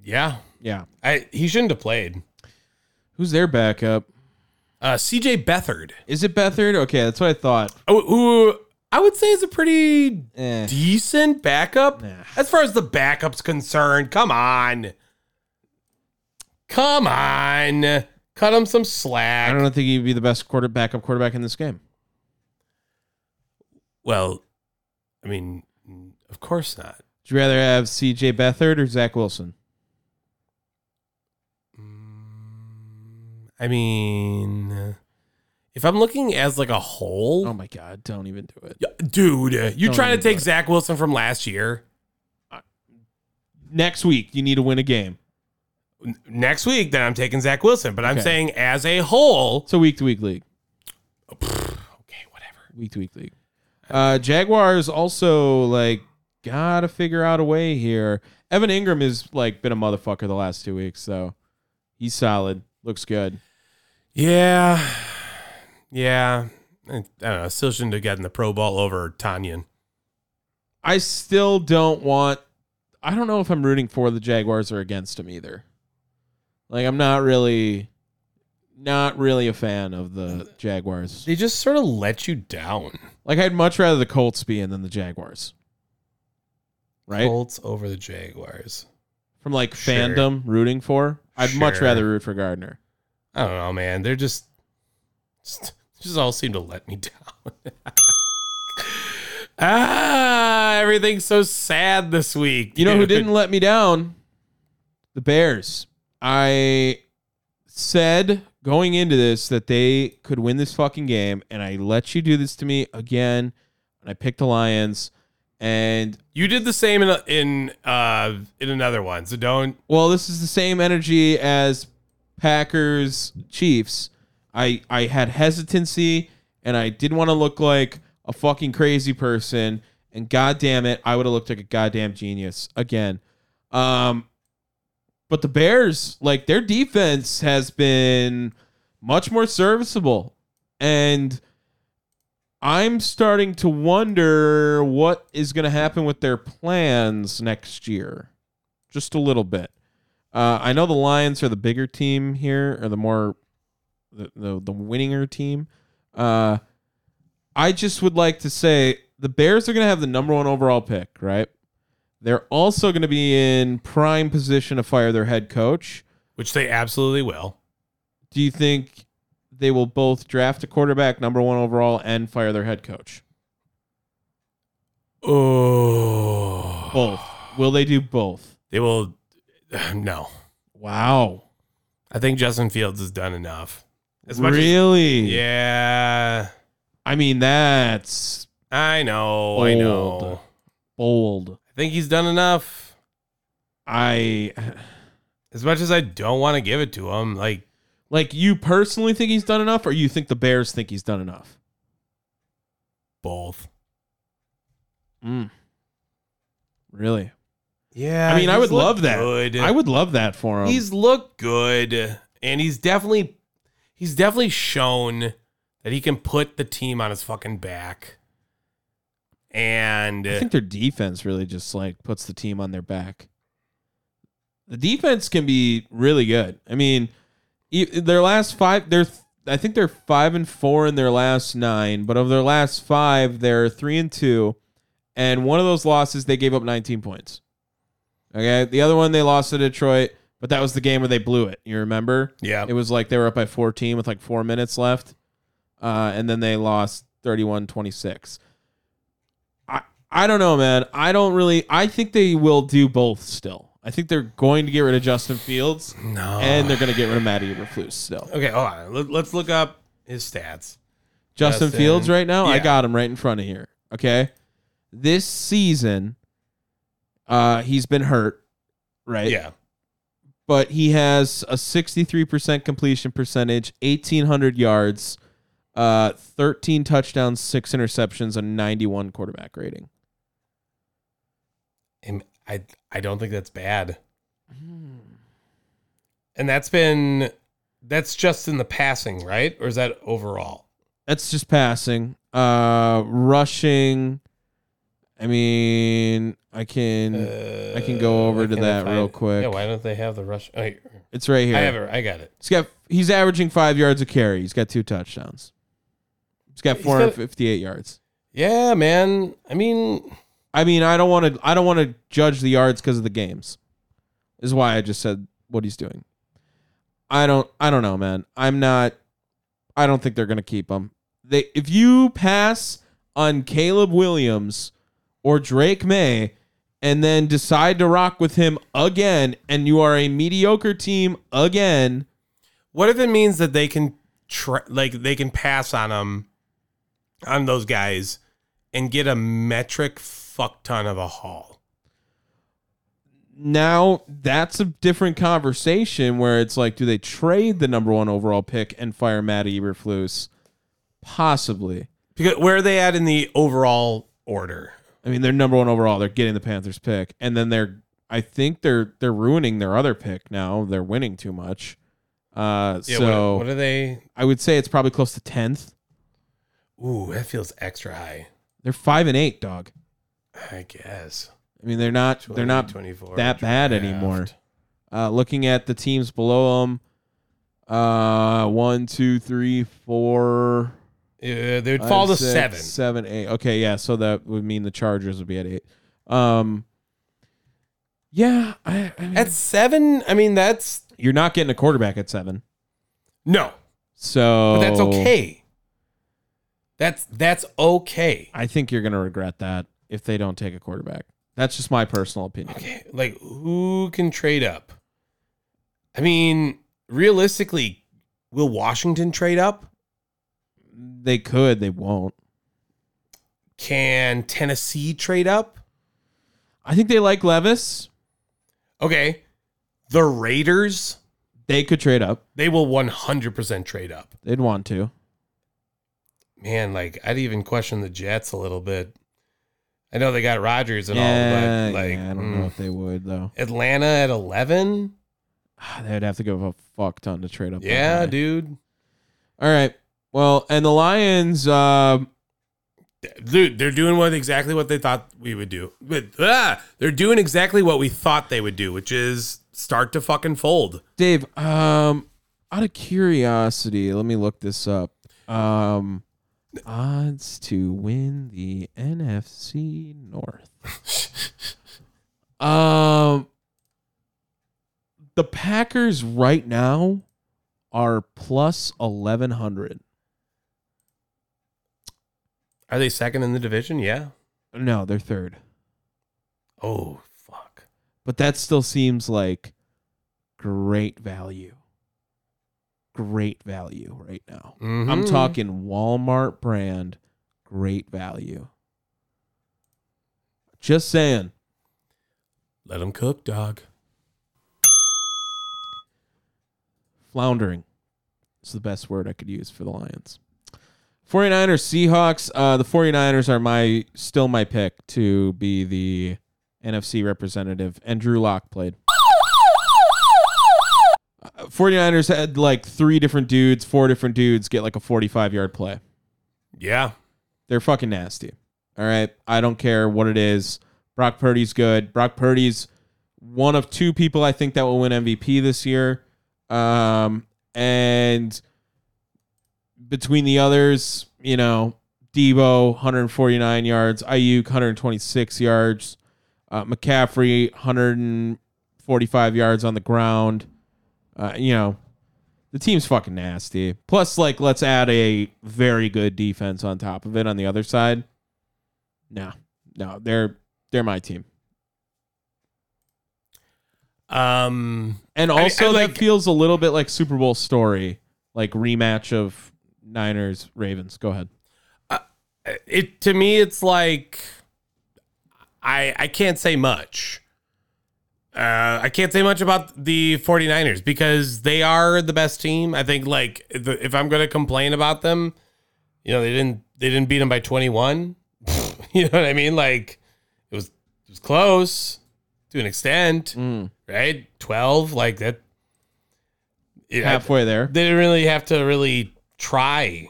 Speaker 3: Yeah,
Speaker 2: Yeah.
Speaker 3: I he shouldn't have played.
Speaker 2: Who's their backup?
Speaker 3: Uh, C.J. Beathard,
Speaker 2: Is it Bethard? Okay, that's what I thought. Eh.
Speaker 3: who- oh, who I would say is a pretty decent backup
Speaker 2: Nah.
Speaker 3: as far as the backup's concerned. Come on, come on, cut him some
Speaker 2: I
Speaker 3: slack.
Speaker 2: don't think he'd be the best quarter backup quarterback in this game.
Speaker 3: Well, I mean, of course not.
Speaker 2: Would you rather have CJ Bethard or Zach Wilson?
Speaker 3: I mean, if I'm looking as like a whole,
Speaker 2: Oh my God, don't even do it.
Speaker 3: Yeah, Dude, you
Speaker 2: Don't
Speaker 3: trying
Speaker 2: even
Speaker 3: to take
Speaker 2: do it.
Speaker 3: Zach Wilson from last year?
Speaker 2: Next week, you need to win a game.
Speaker 3: N- Next week, then I'm taking Zach Wilson. But I'm
Speaker 2: Okay.
Speaker 3: saying as a whole.
Speaker 2: It's a week to week league.
Speaker 3: Okay, whatever.
Speaker 2: Week to week league. Uh, Jaguars also like gotta figure out a way here. Evan Ingram has like been a motherfucker the last two weeks, so he's solid. Looks good.
Speaker 3: Yeah. Yeah. I I don't know. Still shouldn't have gotten the Pro Bowl over Tanyan.
Speaker 2: I still don't want. I don't know if I'm rooting for the Jaguars or against them either. Like I'm not really, not really a fan of the Jaguars.
Speaker 3: They just sort of let you down.
Speaker 2: Like I'd much rather the Colts be in than the Jaguars. Right?
Speaker 3: Colts over the Jaguars.
Speaker 2: From like
Speaker 3: Sure.
Speaker 2: fandom rooting for, I'd much
Speaker 3: Sure.
Speaker 2: rather root for Gardner.
Speaker 3: I don't know, man. They're just, just, just all seem to let me down. ah, everything's so sad this week.
Speaker 2: You know who
Speaker 3: dude.
Speaker 2: didn't let me down? The Bears. I said going into this that they could win this fucking game, and I let you do this to me again. And I picked the Lions. And
Speaker 3: You did the same in in uh in another one, so don't.
Speaker 2: well, this is the same energy as Packers Chiefs. I I had hesitancy and I didn't want to look like a fucking crazy person. And goddamn it, I would have looked like a goddamn genius again. Um, but the Bears, like their defense has been much more serviceable. And I'm starting to wonder what is going to happen with their plans next year. Just a little bit. Uh, I know the Lions are the bigger team here, or the more the the, the winninger team. Uh, I just would like to say the Bears are going to have the number one overall pick, right? They're also going to be in prime position to fire their head coach.
Speaker 3: which they absolutely will.
Speaker 2: Do you think they will both draft a quarterback number one overall and fire their head coach?
Speaker 3: Oh,
Speaker 2: Both. Will they do both?
Speaker 3: they will. No,
Speaker 2: Wow.
Speaker 3: I think Justin Fields has done enough. As much as-
Speaker 2: really?
Speaker 3: yeah,
Speaker 2: I mean, that's
Speaker 3: I know. I
Speaker 2: Old.
Speaker 3: know.
Speaker 2: bold.
Speaker 3: I think he's done enough.
Speaker 2: I
Speaker 3: As much as I don't want to give it to him, like
Speaker 2: like you personally think he's done enough, or you think the Bears think he's done enough?
Speaker 3: both.
Speaker 2: Mm. Really?
Speaker 3: Yeah,
Speaker 2: I mean, I
Speaker 3: he's
Speaker 2: would
Speaker 3: looked
Speaker 2: love that.
Speaker 3: Good.
Speaker 2: I would love that for him.
Speaker 3: He's looked good, and he's definitely he's definitely shown that he can put the team on his fucking back. And
Speaker 2: I think their defense really just like puts the team on their back. The defense can be really good. I mean, e- their last five, they're I think they're five and four in their last nine, but of their last five, they're three and two, and one of those losses they gave up 19 points. Okay, the other one they lost to Detroit, but that was the game where they blew it. You remember?
Speaker 3: yeah,
Speaker 2: It was like they were up by 14 with like four minutes left. Uh, and then they lost 31 26. I, I don't know, man. I don't really. I think they will do both still. I think they're going to get rid of Justin Fields
Speaker 3: no.
Speaker 2: and they're going to get rid of Matty Eberflus still.
Speaker 3: okay, hold on. Let, let's look up his stats.
Speaker 2: Justin
Speaker 3: Justin.
Speaker 2: Fields right now, I
Speaker 3: Yeah.
Speaker 2: got him right in front of here. Okay. This season, uh, he's been hurt, right?
Speaker 3: Yeah,
Speaker 2: but he has a 63% completion percentage, 1,800 yards, uh, 13 touchdowns, six interceptions, a 91 quarterback rating.
Speaker 3: and I I don't think that's bad. And that's been that's just in the passing, right? Or is that overall?
Speaker 2: That's just passing. Uh, rushing. I mean, I can. Mm. I can go over
Speaker 3: Uh,
Speaker 2: to
Speaker 3: can I
Speaker 2: that real quick.
Speaker 3: Yeah, why don't they have the rush? Oh, here.
Speaker 2: it's right here.
Speaker 3: I have it. I got it.
Speaker 2: He's got. He's averaging five yards a carry. He's got two touchdowns. He's got
Speaker 3: He's got-
Speaker 2: 458 yards.
Speaker 3: Yeah, man. I mean,
Speaker 2: I mean, I don't want to. I don't want to judge the yards because of the games. Is why I just said what he's doing. I don't. I don't know, man. I'm not. I don't think they're gonna keep him. They if you pass on Caleb Williams or Drake May and then decide to rock with him again, and you are a mediocre team again.
Speaker 3: what if it means that they can try, like they can pass on them on those guys and get a metric fuck ton of a haul?
Speaker 2: Now that's a different conversation where it's like, do they trade the number one overall pick and fire Matt Eberflus? Possibly.
Speaker 3: Because where are they at in the overall order?
Speaker 2: I mean, they're number one overall. They're getting the Panthers pick, and then they're I think they're they're ruining their other pick now. They're winning too much. Uh,
Speaker 3: Yeah,
Speaker 2: so
Speaker 3: what, what are they?
Speaker 2: I would say it's probably close to tenth.
Speaker 3: Ooh, that feels extra high.
Speaker 2: They're five and eight, dog.
Speaker 3: I guess
Speaker 2: I mean, they're not they're not
Speaker 3: 24
Speaker 2: that bad anymore. Uh, looking at the teams below them, uh, one, two, three, four.
Speaker 3: Yeah, they would
Speaker 2: five,
Speaker 3: fall to
Speaker 2: six,
Speaker 3: seven.
Speaker 2: seven, eight. Okay, yeah. So that would mean the Chargers would be at eight. Um, yeah, I, I mean,
Speaker 3: At seven, I mean that's
Speaker 2: you're not getting a quarterback at seven.
Speaker 3: no,
Speaker 2: So
Speaker 3: but that's okay. That's that's okay.
Speaker 2: I think you're gonna regret that if they don't take a quarterback. That's just my personal opinion.
Speaker 3: Okay, like who can trade up? I mean, realistically, will Washington trade up?
Speaker 2: They could, they won't.
Speaker 3: Can Tennessee trade up?
Speaker 2: I think they like Levis.
Speaker 3: Okay, the Raiders
Speaker 2: They could trade up.
Speaker 3: they will one hundred percent trade up.
Speaker 2: They'd want to.
Speaker 3: Man, like I'd even question the Jets a little bit. I know they got Rodgers and
Speaker 2: yeah,
Speaker 3: all, but like
Speaker 2: yeah, I don't know
Speaker 3: mm.
Speaker 2: if they would though.
Speaker 3: Atlanta at eleven.
Speaker 2: They'd have to give a fuck ton to trade up. that
Speaker 3: Yeah,
Speaker 2: high.
Speaker 3: dude.
Speaker 2: All right. Well, and the Lions. Uh,
Speaker 3: Dude, they're doing what exactly what they thought we would do. But ah, they're doing exactly what we thought they would do, which is start to fucking fold.
Speaker 2: Dave, um, out of curiosity, let me look this up. Um, odds to win the NFC North. um, the Packers right now are plus eleven hundred.
Speaker 3: Are they second in the division? Yeah.
Speaker 2: No, they're third,
Speaker 3: Oh fuck.
Speaker 2: but that still seems like great value. Great value right now. I'm
Speaker 3: Mhm.
Speaker 2: talking Walmart brand, great value. Just saying.
Speaker 3: Let them cook, dog.
Speaker 2: Floundering is the best word I could use for the Lions. 49ers, Seahawks. Uh, the 49ers are my still my pick to be the NFC representative, and Drew Lock played. Uh, 49ers had like three different dudes, four different dudes get like a 45 yard play.
Speaker 3: Yeah.
Speaker 2: They're fucking nasty. All right. I don't care what it is. Brock Purdy's good. Brock Purdy's one of two people I think that will win MVP this year. Um, and between the others, you know, Debo, 149 yards, Ayuk, 126 yards, uh, McCaffrey, 145 yards on the ground. Uh, you know, the team's fucking nasty. Plus, like, let's add a very good defense on top of it on the other side. No, no, they're they're my team.
Speaker 3: Um
Speaker 2: And
Speaker 3: I-
Speaker 2: also,
Speaker 3: I like-
Speaker 2: that feels a little bit like Super Bowl story, like rematch of Niners Ravens. Go ahead.
Speaker 3: it to me it's like I I can't say much. Uh, I can't say much about the 49ers because they are the best team. I think like if, if I'm going to complain about them, you know, they didn't they didn't beat them by 21. you know what I mean? Like it was it was close to an extent, right? 12 like that yeah,
Speaker 2: Halfway there.
Speaker 3: they didn't really have to really try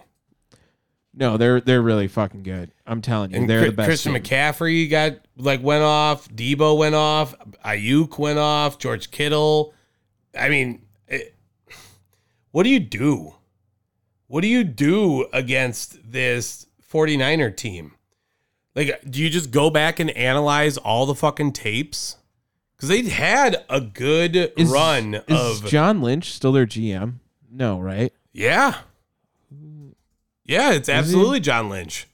Speaker 2: No, they're they're really fucking good. I'm telling you,
Speaker 3: And
Speaker 2: they're
Speaker 3: Chri-
Speaker 2: the best.
Speaker 3: Christian
Speaker 2: team.
Speaker 3: McCaffrey got like went off. Debo went off. Ayuk went off. George Kittle. I mean, it, what do you do? What do you do against this 49er team? Like, do you just go back and analyze all the fucking tapes? Because they had a good
Speaker 2: Is-
Speaker 3: run
Speaker 2: is
Speaker 3: of
Speaker 2: John Lynch still their GM? No, right?
Speaker 3: yeah, yeah. It's absolutely John Lynch.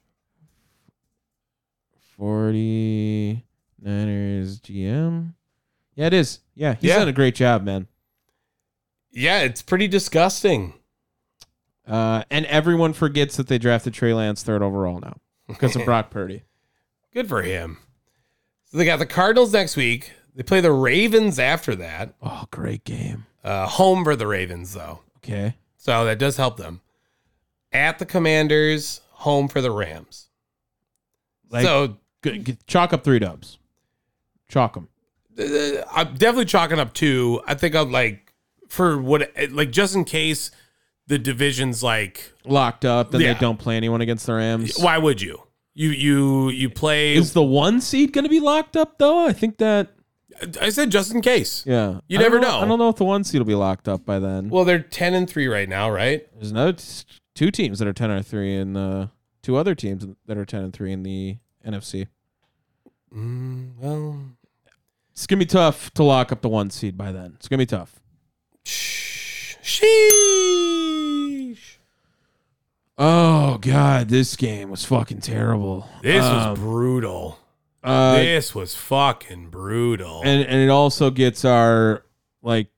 Speaker 2: 49ers GM. Yeah, it is. Yeah, he's
Speaker 3: Yeah.
Speaker 2: done a great job, man.
Speaker 3: Yeah, it's pretty disgusting.
Speaker 2: Uh, and everyone forgets that they drafted Trey Lance third overall now because of Brock Purdy.
Speaker 3: Good for him. So they got the Cardinals next week. They play the Ravens after that.
Speaker 2: Oh, great game.
Speaker 3: Uh, home for the Ravens, though.
Speaker 2: Okay.
Speaker 3: So that does help them. At the Commanders, home for the Rams.
Speaker 2: Like,
Speaker 3: so
Speaker 2: g- g- chalk up three dubs. Chalk them.
Speaker 3: uh, I'm definitely chalking up two. I think I'm like, for what, like, just in case the division's like,
Speaker 2: Locked up, and
Speaker 3: Yeah.
Speaker 2: they don't play anyone against the Rams.
Speaker 3: why would you? You, you, you play.
Speaker 2: Is the one seed going to be locked up, though? I think that,
Speaker 3: I said just in case.
Speaker 2: yeah.
Speaker 3: You
Speaker 2: I don't
Speaker 3: never know.
Speaker 2: I don't know if the one seed will be locked up by then.
Speaker 3: Well, they're 10 and three right now, right?
Speaker 2: There's another t- two teams that are 10 or 3 and uh, two other teams that are 10 and 3 in the NFC.
Speaker 3: Mm, well,
Speaker 2: It's going to be tough to lock up the one seed by then. It's going to be tough.
Speaker 3: Shh. Sheesh.
Speaker 2: Oh god, this game was fucking terrible.
Speaker 3: This
Speaker 2: Um,
Speaker 3: was brutal.
Speaker 2: uh,
Speaker 3: this was fucking brutal.
Speaker 2: and and it also gets our like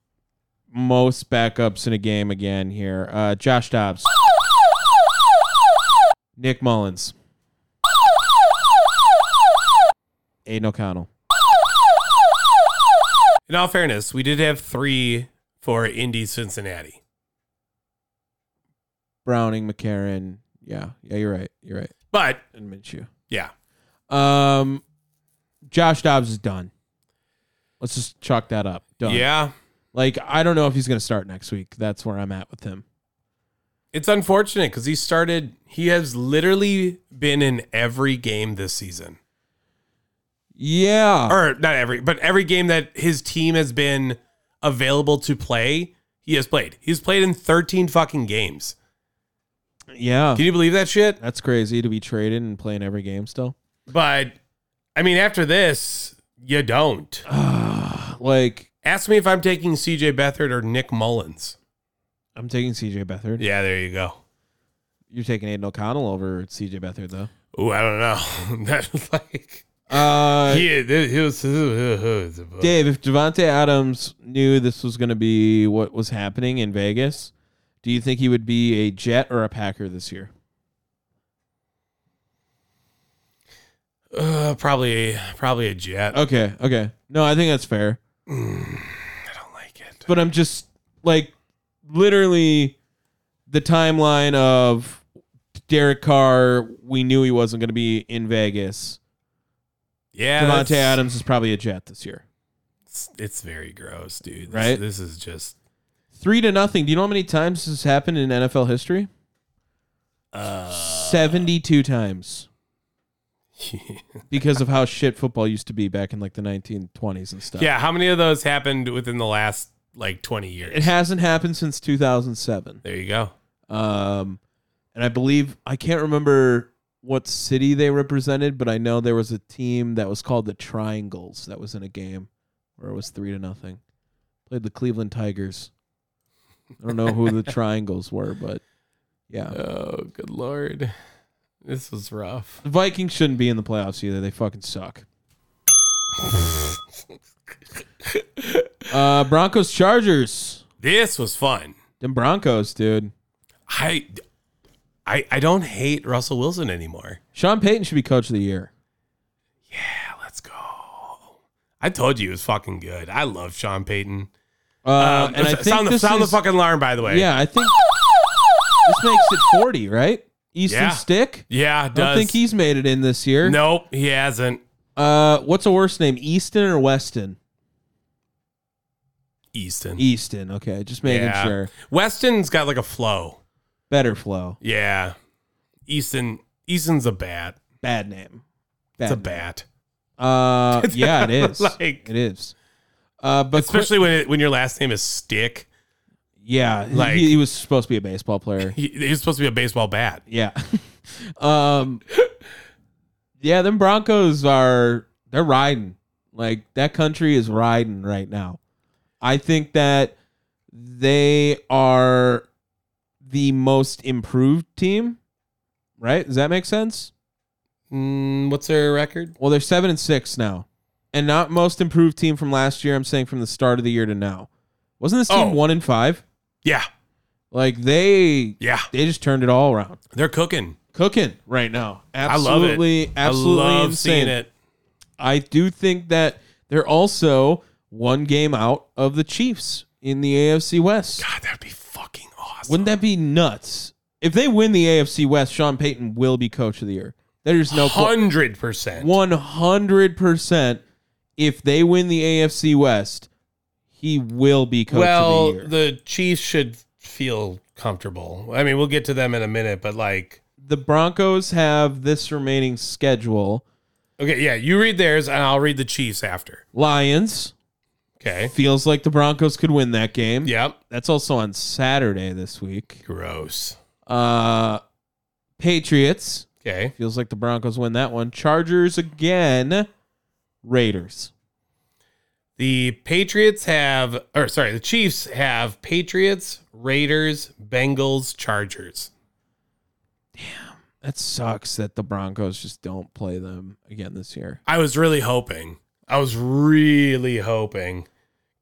Speaker 2: most backups in a game again here. Uh, Josh Dobbs, Nick Mullins, Aiden O'Connell.
Speaker 3: In all fairness, we did have three for Indy Cincinnati.
Speaker 2: Browning, McCarron. Yeah, yeah, you're right. You're right.
Speaker 3: But
Speaker 2: And Minshew.
Speaker 3: yeah.
Speaker 2: Um, Josh Dobbs is done. Let's just chalk that up. Done.
Speaker 3: Yeah.
Speaker 2: Like I don't know if he's going to start next week. That's where I'm at with him.
Speaker 3: It's unfortunate because he started, he has literally been in every game this season.
Speaker 2: Yeah.
Speaker 3: Or not every, but every game that his team has been available to play, he has played. He's played in 13 fucking games.
Speaker 2: Yeah.
Speaker 3: Can you believe that shit?
Speaker 2: That's crazy to be traded and playing every game still.
Speaker 3: But I mean, after this, you don't.
Speaker 2: Like
Speaker 3: Ask me if I'm taking CJ Beathard or Nick Mullins.
Speaker 2: I'm taking CJ Beathard.
Speaker 3: Yeah, there you go.
Speaker 2: You're taking Aiden O'Connell over CJ Beathard though.
Speaker 3: Ooh, I don't know. that was like
Speaker 2: Uh,
Speaker 3: yeah, that- he was. uh, Did,
Speaker 2: Dave, if Devonte Adams knew this was going to be what was happening in Vegas, do you think he would be a Jet or a Packer this year?
Speaker 3: uh, probably, probably a jet.
Speaker 2: Okay, okay. No, I think that's fair.
Speaker 3: I don't like it.
Speaker 2: But I'm just like literally the timeline of Derek Carr, we knew he wasn't going to be in Vegas.
Speaker 3: Yeah,
Speaker 2: Devonte
Speaker 3: that's-
Speaker 2: Adams is probably a Jet this year.
Speaker 3: It's, it's very gross, dude. This,
Speaker 2: Right?
Speaker 3: This is just
Speaker 2: Three to nothing. Do you know how many times this has happened in NFL history?
Speaker 3: uh,
Speaker 2: 72 times. because of how shit football used to be back in like the 1920s and stuff.
Speaker 3: yeah. How many of those happened within the last like twenty
Speaker 2: It
Speaker 3: years?
Speaker 2: hasn't happened since 2007.
Speaker 3: there you go.
Speaker 2: Um, and I believe, I can't remember what city they represented, but I know there was a team that was called the Triangles that was in a game where it was three to nothing. Played the Cleveland Tigers. I don't know who the Triangles were, but yeah.
Speaker 3: Oh, good lord, this was rough.
Speaker 2: The Vikings shouldn't be in the playoffs either. They fucking suck. uh, Broncos Chargers.
Speaker 3: This was fun.
Speaker 2: Them Broncos, dude.
Speaker 3: I, I, I don't hate Russell Wilson anymore.
Speaker 2: Sean Payton should be coach of the year.
Speaker 3: Yeah, let's go. I told you he was fucking good. I love Sean Payton.
Speaker 2: Uh,
Speaker 3: Um,
Speaker 2: and I
Speaker 3: sound
Speaker 2: think
Speaker 3: the,
Speaker 2: this
Speaker 3: sound
Speaker 2: is-
Speaker 3: the fucking alarm, by the way.
Speaker 2: Yeah, I think this makes it forty, right? Easton
Speaker 3: Yeah.
Speaker 2: Stick.
Speaker 3: yeah. It
Speaker 2: I
Speaker 3: does.
Speaker 2: don't think he's made it in this year.
Speaker 3: Nope, he hasn't.
Speaker 2: Uh, what's a worse name, Easton or Weston?
Speaker 3: Easton.
Speaker 2: Easton. Okay, just making
Speaker 3: yeah.
Speaker 2: sure.
Speaker 3: Weston's got like a flow.
Speaker 2: Better flow.
Speaker 3: Yeah. Easton. Easton's a bat.
Speaker 2: Bad name. Bad
Speaker 3: It's a
Speaker 2: name.
Speaker 3: bat.
Speaker 2: Uh, yeah, it is.
Speaker 3: Like-
Speaker 2: it is. Uh, but Qui-
Speaker 3: Especially when it, when your last name is Stick.
Speaker 2: yeah,
Speaker 3: like-
Speaker 2: he, he was supposed to be a baseball player.
Speaker 3: He, he's supposed to be a baseball bat.
Speaker 2: yeah. um. Yeah, them Broncos are they're riding. Like that country is riding right now. I think that they are the most improved team. Right? Does that make sense?
Speaker 3: Mm, what's their record?
Speaker 2: Well, they're seven and six now, and not most improved team from last year. I'm saying from the start of the year to now. Wasn't this team
Speaker 3: Oh.
Speaker 2: one and five?
Speaker 3: Yeah.
Speaker 2: Like they
Speaker 3: Yeah.
Speaker 2: they just turned it all around.
Speaker 3: They're cooking.
Speaker 2: Cooking right now.
Speaker 3: I love it.
Speaker 2: Absolutely, absolutely
Speaker 3: I love
Speaker 2: insane.
Speaker 3: seeing it.
Speaker 2: I do think that they're also one game out of the Chiefs in the AFC West.
Speaker 3: God, that'd be fucking awesome.
Speaker 2: Wouldn't that be nuts? If they win the AFC West, Sean Payton will be coach of the year. There's no qu-
Speaker 3: hundred percent.
Speaker 2: One hundred percent. If they win the AFC West, he will be coach
Speaker 3: Well,
Speaker 2: of the
Speaker 3: the,
Speaker 2: year.
Speaker 3: Chiefs should feel comfortable. I mean, we'll get to them in a minute, but like,
Speaker 2: the Broncos have this remaining schedule:
Speaker 3: okay, yeah, you read theirs, and I'll read the Chiefs after.
Speaker 2: Lions.
Speaker 3: Okay.
Speaker 2: Feels like the Broncos could win that game.
Speaker 3: Yep.
Speaker 2: that's also on Saturday this week.
Speaker 3: Gross.
Speaker 2: Uh, Patriots.
Speaker 3: Okay.
Speaker 2: Feels like the Broncos win that one. Chargers again. Raiders.
Speaker 3: The Patriots have, or sorry, the Chiefs have Patriots, Raiders, Bengals, Chargers.
Speaker 2: That sucks that the Broncos just don't play them again this year.
Speaker 3: I was really hoping. I was really hoping,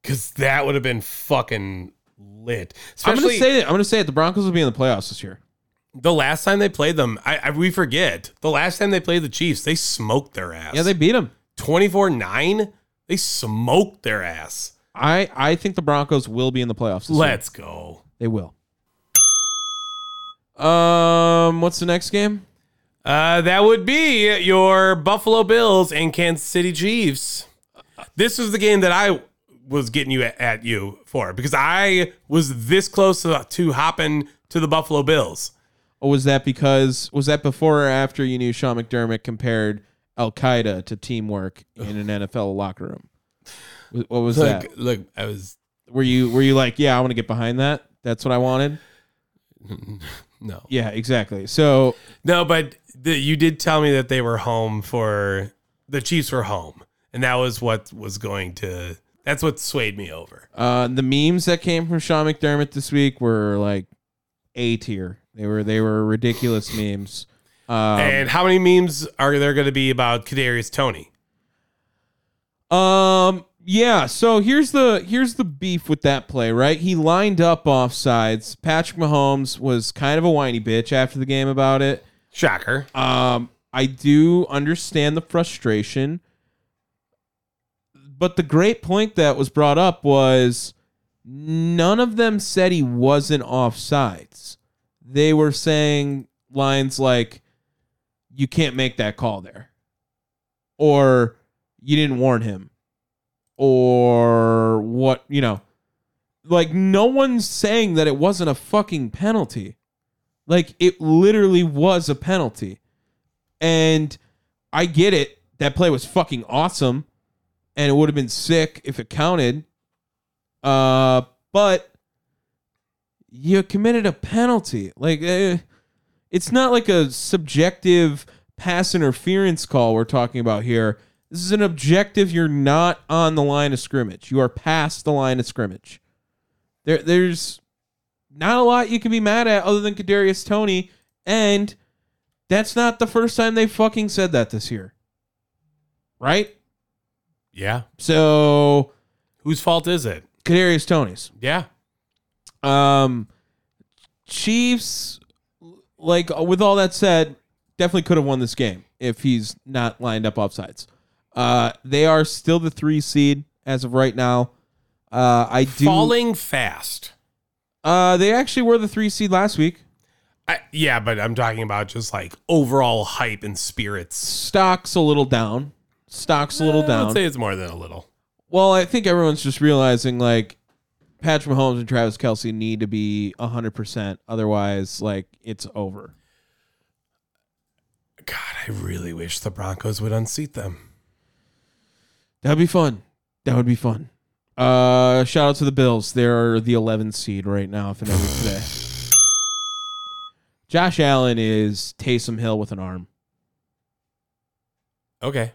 Speaker 3: because that would have been fucking lit.
Speaker 2: I'm gonna
Speaker 3: Especially
Speaker 2: say it. I'm gonna say it. The Broncos will be in the playoffs this year.
Speaker 3: the last time they played them. I, I we forget the last time they played the Chiefs. They smoked their ass.
Speaker 2: Yeah, they beat them.
Speaker 3: 24 9, they smoked their ass.
Speaker 2: I I think the Broncos will be in the playoffs. This year.
Speaker 3: Let's go.
Speaker 2: They will. Um, what's the next game?
Speaker 3: Uh, that would be your Buffalo Bills and Kansas City Chiefs. This was the game that I was getting you at, at you for because I was this close to, to hopping to the Buffalo Bills.
Speaker 2: Or was that because was that before or after you knew Sean McDermott compared Al Qaeda to teamwork in an NFL locker room? Wh- What was
Speaker 3: Look,
Speaker 2: that?
Speaker 3: look, I was
Speaker 2: Were you were you like, yeah, I want to get behind that? That's what I wanted.
Speaker 3: no,
Speaker 2: Yeah, exactly. So
Speaker 3: no, but the, you did tell me that they were home for the Chiefs were home, and that was what was going to. That's what swayed me over.
Speaker 2: uh, the memes that came from Sean McDermott this week were like A tier. They were they were ridiculous memes. Um,
Speaker 3: and how many memes are there going to be about Kadarius Tony?
Speaker 2: Um yeah, so here's the here's the beef with that play, right? He lined up offsides. Patrick Mahomes was kind of a whiny bitch after the game about it.
Speaker 3: Shocker.
Speaker 2: Um I do understand the frustration. But the great point that was brought up was none of them said he wasn't offsides. They were saying lines like you can't make that call there or you didn't warn him or what you know like no one's saying that it wasn't a fucking penalty like it literally was a penalty and i get it that play was fucking awesome and it would have been sick if it counted uh but you committed a penalty like eh, it's not like a subjective pass interference call we're talking about here. This is an objective. You're not on the line of scrimmage. You are past the line of scrimmage. There, there's not a lot you can be mad at other than Kadarius Tony, and that's not the first time they fucking said that this year, right?
Speaker 3: Yeah.
Speaker 2: So
Speaker 3: Whose fault is it?
Speaker 2: Kadarius Tony's.
Speaker 3: Yeah.
Speaker 2: Um, Chiefs, like with all that said, definitely could have won this game if he's not lined up offsides. Uh, they are still the three seed as of right now. Uh, I do.
Speaker 3: Falling fast.
Speaker 2: Uh, they actually were the three seed last week.
Speaker 3: I, yeah, but I'm talking about just like overall hype and spirits.
Speaker 2: Stocks a little down. Stocks a little
Speaker 3: Eh,
Speaker 2: down.
Speaker 3: I'd say it's more than a little.
Speaker 2: Well, I think everyone's just realizing like Patrick Mahomes and Travis Kelsey need to be hundred percent. Otherwise, like it's over.
Speaker 3: God, I really wish the Broncos would unseat them.
Speaker 2: That'd be fun. That would be fun. Uh, shout out to the Bills. They're the 11th seed right now. If it ends today, Josh Allen is Taysom Hill with an arm.
Speaker 3: Okay.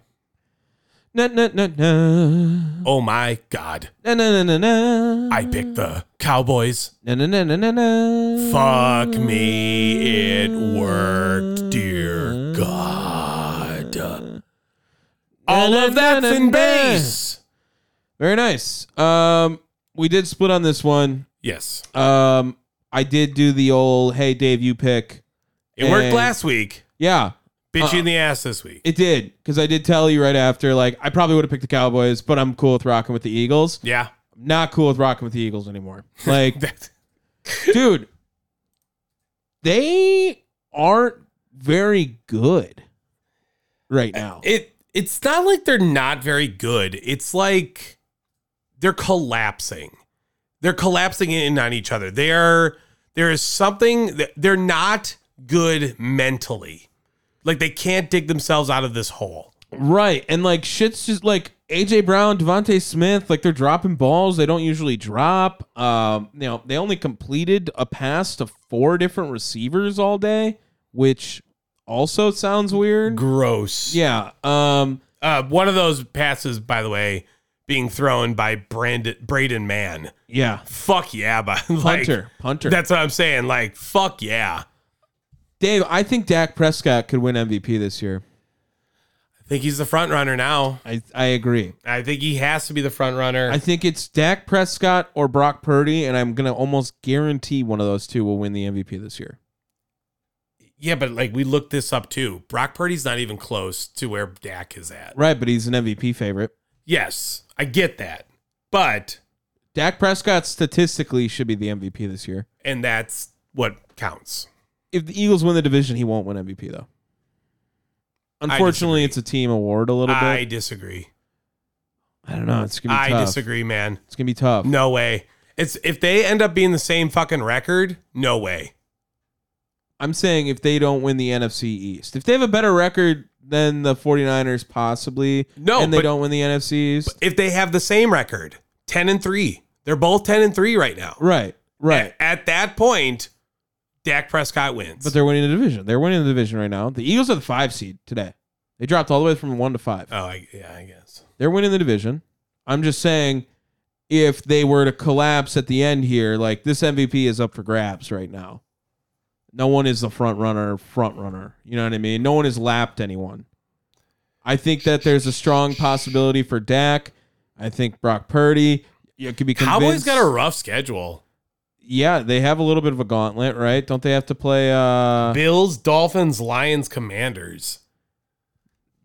Speaker 2: Na na na na
Speaker 3: Oh my God.
Speaker 2: na na na na.
Speaker 3: I picked the Cowboys.
Speaker 2: na na na na na na.
Speaker 3: Fuck me. It worked. Dear God. All of that's in base.
Speaker 2: Very nice. Um, we did split on this one.
Speaker 3: Yes.
Speaker 2: Um, I did do the old hey Dave, you pick.
Speaker 3: It worked
Speaker 2: And-
Speaker 3: last week.
Speaker 2: Yeah,
Speaker 3: Bitch you in the ass this week.
Speaker 2: It did because I did tell you right after. Like I probably would have picked the Cowboys, but I'm cool with rocking with the Eagles.
Speaker 3: Yeah.
Speaker 2: I'm not cool with rocking with the Eagles anymore. Like,
Speaker 3: That-
Speaker 2: dude, they aren't very good right now.
Speaker 3: it it's not like they're not very good. It's like they're collapsing. They're collapsing in on each other. They are there is something that they're not good mentally. Like they can't dig themselves out of this hole.
Speaker 2: Right, and like shit's just like AJ Brown, Devontae Smith, like they're dropping balls they don't usually drop. Um, you know, they only completed a pass to four different receivers all day, which also sounds weird.
Speaker 3: Gross.
Speaker 2: Yeah. Um.
Speaker 3: Uh, one of those passes, by the way, being thrown by Brandon Braden Mann.
Speaker 2: Yeah.
Speaker 3: Fuck yeah, but like
Speaker 2: Punter. punter.
Speaker 3: that's what I'm saying. Like fuck yeah.
Speaker 2: Dave, I think Dak Prescott could win MVP this year.
Speaker 3: I think he's the front runner now.
Speaker 2: I, I agree.
Speaker 3: I think he has to be the front runner.
Speaker 2: I think it's Dak Prescott or Brock Purdy, and I'm going to almost guarantee one of those two will win the MVP this year.
Speaker 3: Yeah, but like we looked this up too. Brock Purdy's not even close to where Dak is at.
Speaker 2: Right, but he's an MVP favorite.
Speaker 3: Yes, I get that. But
Speaker 2: Dak Prescott statistically should be the MVP this year.
Speaker 3: and that's what counts.
Speaker 2: If the Eagles win the division, he won't win MVP, though. Unfortunately,
Speaker 3: disagree.
Speaker 2: it's a team award a little
Speaker 3: I
Speaker 2: bit.
Speaker 3: disagree.
Speaker 2: I don't know. It's gonna be
Speaker 3: I
Speaker 2: tough.
Speaker 3: disagree, man.
Speaker 2: It's gonna be tough.
Speaker 3: No way. It's if they end up being the same fucking record, no way.
Speaker 2: I'm saying if they don't win the NFC East, if they have a better record than the 49ers, possibly,
Speaker 3: No,
Speaker 2: and they
Speaker 3: but-
Speaker 2: don't win the NFC East,
Speaker 3: If they have the same record, 10 and 3. They're both 10 and 3 right now.
Speaker 2: right, right.
Speaker 3: At, at that point, Dak Prescott wins.
Speaker 2: But they're winning the division. They're winning the division right now. The Eagles are the five seed today. They dropped all the way from one to five.
Speaker 3: Oh, I, yeah, I guess.
Speaker 2: They're winning the division. I'm just saying, if they were to collapse at the end here, like this MVP is up for grabs right now. No one is the front runner, front runner. You know what I mean? No one has lapped anyone. I think that there's a strong possibility for Dak. I think Brock Purdy. You could be convinced.
Speaker 3: Cowboys got a rough schedule.
Speaker 2: yeah, they have a little bit of a gauntlet, right? Don't they have to play? uh
Speaker 3: Bills, Dolphins, Lions, Commanders.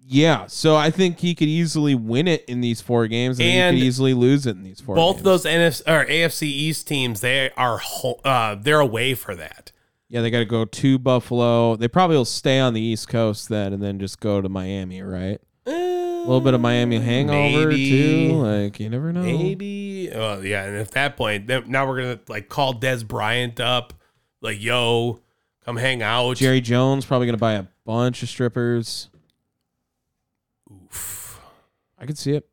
Speaker 2: Yeah, so I think he could easily win it in these four games, and, then
Speaker 3: And
Speaker 2: he could easily lose it in these four.
Speaker 3: Both
Speaker 2: games.
Speaker 3: those NFC or AFC East teams, they are ho- uh, they're away for that.
Speaker 2: Yeah, they got to go to Buffalo. They probably will stay on the East Coast then, and then just go to Miami, right? A little bit of Miami hangover
Speaker 3: Maybe.
Speaker 2: too. Like you never know.
Speaker 3: Maybe. Oh yeah, and at that point, then, now we're gonna like call Des Bryant up, like yo, come hang out.
Speaker 2: Jerry Jones probably going to buy a bunch of strippers.
Speaker 3: Oof.
Speaker 2: I could see it.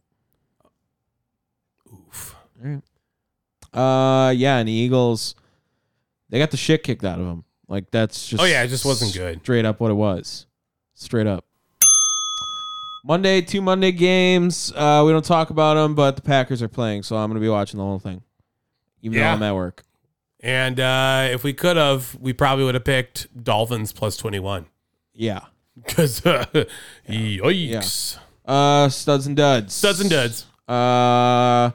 Speaker 3: Oof.
Speaker 2: Uh, yeah, and the Eagles, they got the shit kicked out of them. Like that's just
Speaker 3: Oh, yeah, it just wasn't good.
Speaker 2: Straight up, what it was. Straight up. Monday, two Monday games. Uh, we don't talk about them, but the Packers are playing, so I'm going to be watching the whole thing, even
Speaker 3: Yeah.
Speaker 2: though I'm at work.
Speaker 3: And uh, if we could have, we probably would have picked Dolphins plus twenty one
Speaker 2: Yeah.
Speaker 3: because uh, yikes,
Speaker 2: Uh, studs and duds.
Speaker 3: studs and duds.
Speaker 2: Uh,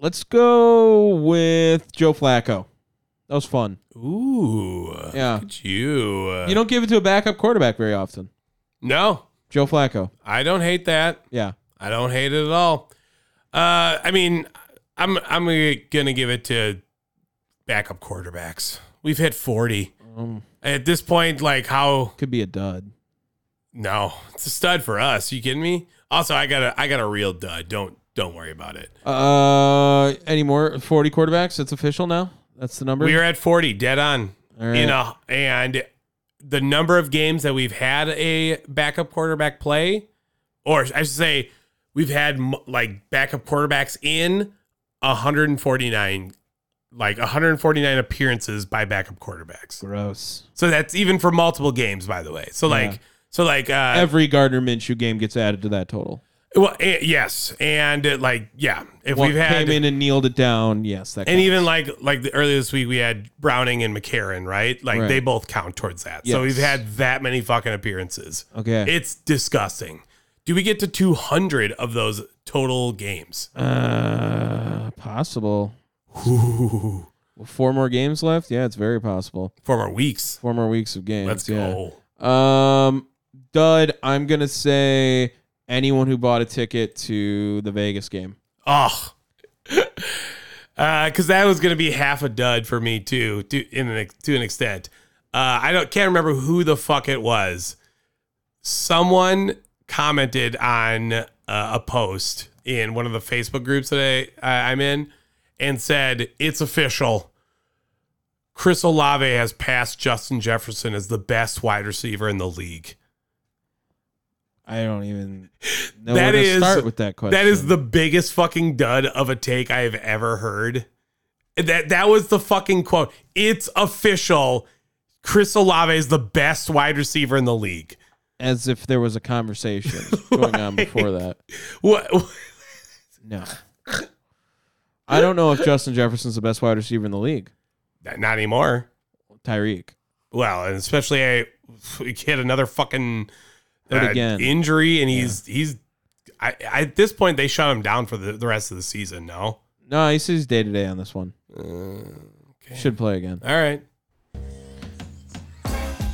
Speaker 2: let's go with Joe Flacco. That was fun.
Speaker 3: Ooh,
Speaker 2: Yeah.
Speaker 3: look at you.
Speaker 2: You don't give it to a backup quarterback very often.
Speaker 3: no,
Speaker 2: Joe Flacco.
Speaker 3: I don't hate that.
Speaker 2: Yeah.
Speaker 3: I don't hate it at all. Uh, I mean, I'm I'm gonna give it to backup quarterbacks. We've hit forty
Speaker 2: Um,
Speaker 3: at this point. Like how?
Speaker 2: could be a dud.
Speaker 3: No, it's a stud for us. You kidding me? Also, I got a I got a real dud. Don't don't worry about it.
Speaker 2: Uh, any more? 40 quarterbacks? That's official now? That's the number?
Speaker 3: We are at forty, dead on.
Speaker 2: All right.
Speaker 3: You know, and the number of games that we've had a backup quarterback play, or I should say, we've had m- like backup quarterbacks in 149, like 149 appearances by backup quarterbacks.
Speaker 2: Gross.
Speaker 3: So that's even for multiple games, by the way. So like,
Speaker 2: Yeah.
Speaker 3: so like, uh,
Speaker 2: Every Gardner Minshew game gets added to that total.
Speaker 3: well, eh, yes, and uh, like, yeah, if
Speaker 2: One
Speaker 3: we've had
Speaker 2: came in and kneeled it down. Yes, that
Speaker 3: And
Speaker 2: counts.
Speaker 3: even like like the, earlier this week, we had Browning and McCarron, right? Like
Speaker 2: Right.
Speaker 3: they both count towards that.
Speaker 2: Yes.
Speaker 3: So we've had that many fucking appearances.
Speaker 2: okay.
Speaker 3: It's disgusting. Do we get to 200 of those total games?
Speaker 2: uh, possible.
Speaker 3: Ooh,
Speaker 2: Well, four more games left. Yeah, it's very possible.
Speaker 3: four more weeks.
Speaker 2: Four more weeks of games.
Speaker 3: Let's
Speaker 2: yeah.
Speaker 3: go.
Speaker 2: Um, Dud, I'm gonna say anyone who bought a ticket to the Vegas game.
Speaker 3: Oh. Because Uh, that was going to be half a dud for me too, to in an, ex- to an extent. Uh, I don't can't remember who the fuck it was. Someone commented on uh, a post in one of the Facebook groups that I, I I'm in, and said it's official. Chris Olave has passed Justin Jefferson as the best wide receiver in the league.
Speaker 2: I don't even know where
Speaker 3: That
Speaker 2: to
Speaker 3: is-
Speaker 2: start with that question.
Speaker 3: That is the biggest fucking dud of a take I have ever heard. That that was the fucking quote. It's official. Chris Olave is the best wide receiver in the league.
Speaker 2: as if there was a conversation going on before that.
Speaker 3: What?
Speaker 2: No. I don't know if Justin Jefferson's the best wide receiver in the league.
Speaker 3: Not anymore.
Speaker 2: Tyreek.
Speaker 3: Well, and especially I he had another fucking uh,
Speaker 2: Hurt again.
Speaker 3: injury, and he's he's. I, I- at this point, they shut him down for the, the rest of the season. No.
Speaker 2: No, he says day to day on this one.
Speaker 3: Uh, okay.
Speaker 2: Should play again.
Speaker 3: All right.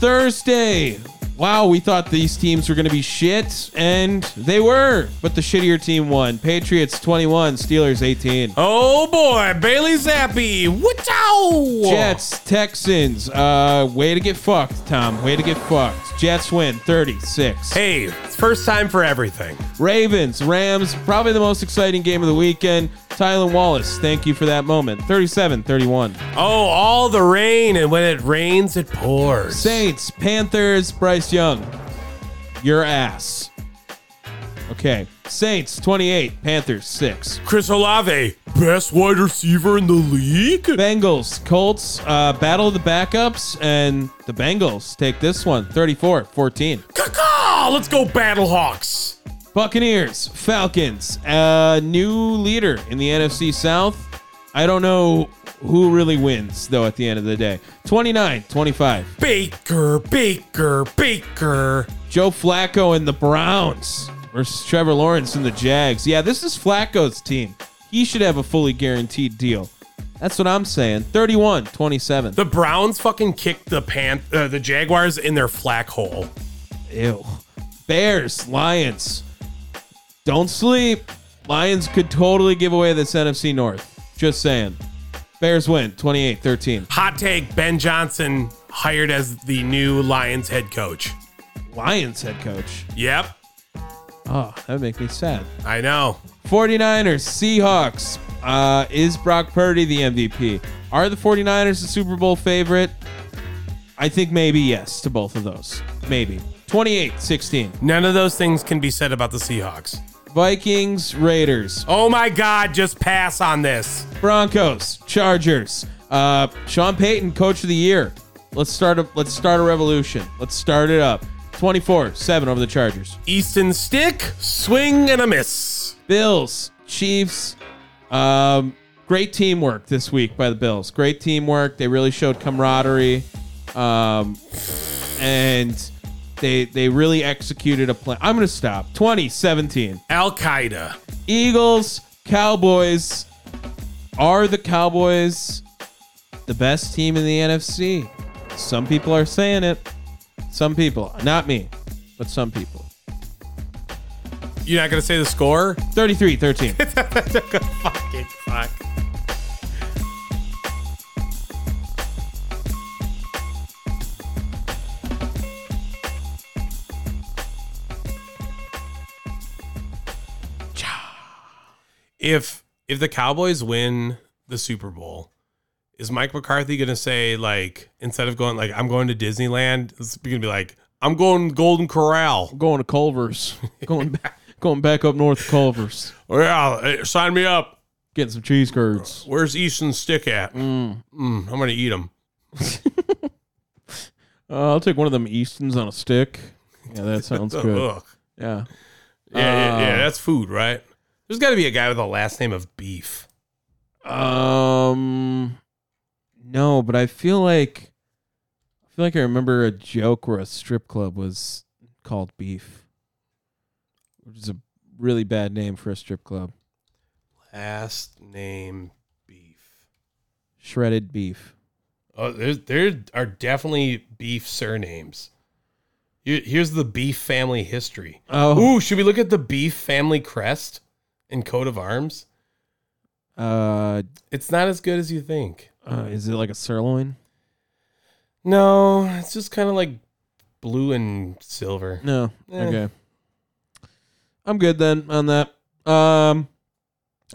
Speaker 2: Thursday. Wow, we thought these teams were going to be shit, and they were. But the shittier team won. Patriots 21, Steelers 18.
Speaker 3: Oh boy, Bailey Zappi. What's out?
Speaker 2: Jets, Texans. Uh, way to get fucked, Tom. Way to get fucked. Jets win 36.
Speaker 3: Hey, it's first time for everything.
Speaker 2: Ravens, Rams, probably the most exciting game of the weekend. Tylen Wallace, thank you for that moment. 37 31.
Speaker 3: Oh, all the rain, and when it rains, it pours.
Speaker 2: Saints, Panthers, Bryce Young. Your ass. Okay. Saints 28, Panthers 6.
Speaker 3: Chris Olave, best wide receiver in the league.
Speaker 2: Bengals, Colts, uh, battle of the backups, and the Bengals take this one 34 14.
Speaker 3: Caw-caw! Let's go, Battle Hawks.
Speaker 2: Buccaneers, Falcons, uh, new leader in the NFC South. I don't know who really wins, though, at the end of the day. 29 25.
Speaker 3: Baker, Baker, Baker.
Speaker 2: Joe Flacco and the Browns versus Trevor Lawrence and the Jags. Yeah, this is Flacco's team. He should have a fully guaranteed deal. That's what I'm saying. 31 27.
Speaker 3: The Browns fucking kicked the pan- uh, the Jaguars in their flack hole.
Speaker 2: Ew. Bears, Lions. Don't sleep. Lions could totally give away this NFC North. Just saying. Bears win 28 13.
Speaker 3: Hot take: Ben Johnson hired as the new Lions head coach.
Speaker 2: Lions head coach.
Speaker 3: Yep,
Speaker 2: Oh, that would make me sad.
Speaker 3: I know.
Speaker 2: 49ers, Seahawks. Uh, is Brock Purdy the MVP? Are the 49ers the Super Bowl favorite? I think maybe yes to both of those. Maybe. 28 16.
Speaker 3: None of those things can be said about the Seahawks.
Speaker 2: Vikings, Raiders,
Speaker 3: Oh my God, just pass on this.
Speaker 2: Broncos, Chargers. Uh, Sean Payton, Coach of the Year. Let's start a let's start a revolution. Let's start it up. 24-7 over the Chargers.
Speaker 3: Easton stick, swing and a miss.
Speaker 2: Bills, Chiefs. Um, great teamwork this week by the Bills. Great teamwork. They really showed camaraderie. Um, and they they really executed a plan. I'm gonna stop. 2017.
Speaker 3: Al Qaeda.
Speaker 2: Eagles, Cowboys. Are the Cowboys the best team in the NFC? Some people are saying it. Some people, not me, but some people.
Speaker 3: You're not gonna say the score?
Speaker 2: 33 13.
Speaker 3: Fucking fuck. If if the Cowboys win the Super Bowl, is Mike McCarthy gonna say like instead of going like I'm going to Disneyland, it's gonna be like I'm going Golden Corral.
Speaker 2: going to Culver's. Going back, going back up north to Culver's.
Speaker 3: "Oh, Yeah, hey, sign me up.
Speaker 2: Getting some cheese curds.
Speaker 3: Where's Easton Stick at? Mm. I'm gonna eat him.
Speaker 2: Uh, I'll take one of them Easton's on a stick. Yeah, that sounds good.
Speaker 3: Ugh.
Speaker 2: Yeah.
Speaker 3: Yeah, yeah, yeah, that's food, right? There's got to be a guy with a last name of Beef.
Speaker 2: Um, no, but I feel like I feel like I remember a joke where a strip club was called Beef, which is a really bad name for a strip club.
Speaker 3: Last name Beef.
Speaker 2: Shredded beef.
Speaker 3: Oh, there, there are definitely beef surnames. Here- Here's the Beef family history.
Speaker 2: Oh,
Speaker 3: Ooh, should we look at the Beef family crest and coat of arms?
Speaker 2: uh,
Speaker 3: It's not as good as you think.
Speaker 2: uh, is it like a sirloin?
Speaker 3: No, it's just kind of like blue and silver.
Speaker 2: No.
Speaker 3: Eh.
Speaker 2: Okay. I'm good then on that. Um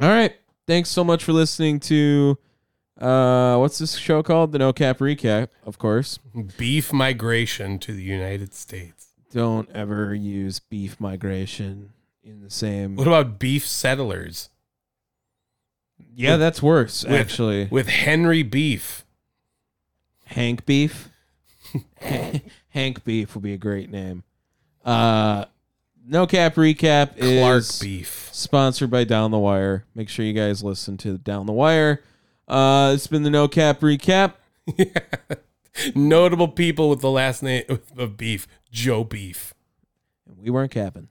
Speaker 2: all right. Thanks so much for listening to uh what's this show called? The No Cap Recap, of course.
Speaker 3: Beef migration to the United States.
Speaker 2: Don't ever use beef migration in the same
Speaker 3: What about beef settlers
Speaker 2: Yeah, that's worse,
Speaker 3: with-
Speaker 2: actually.
Speaker 3: with Henry Beef?
Speaker 2: Hank Beef. Hank Beef would be a great name. Uh No Cap Recap
Speaker 3: Clark
Speaker 2: is
Speaker 3: Beef.
Speaker 2: sponsored by Down the Wire. Make sure you guys listen to Down the Wire. Uh, it's been the No Cap Recap.
Speaker 3: Notable people with the last name of Beef, Joe Beef.
Speaker 2: We weren't capping.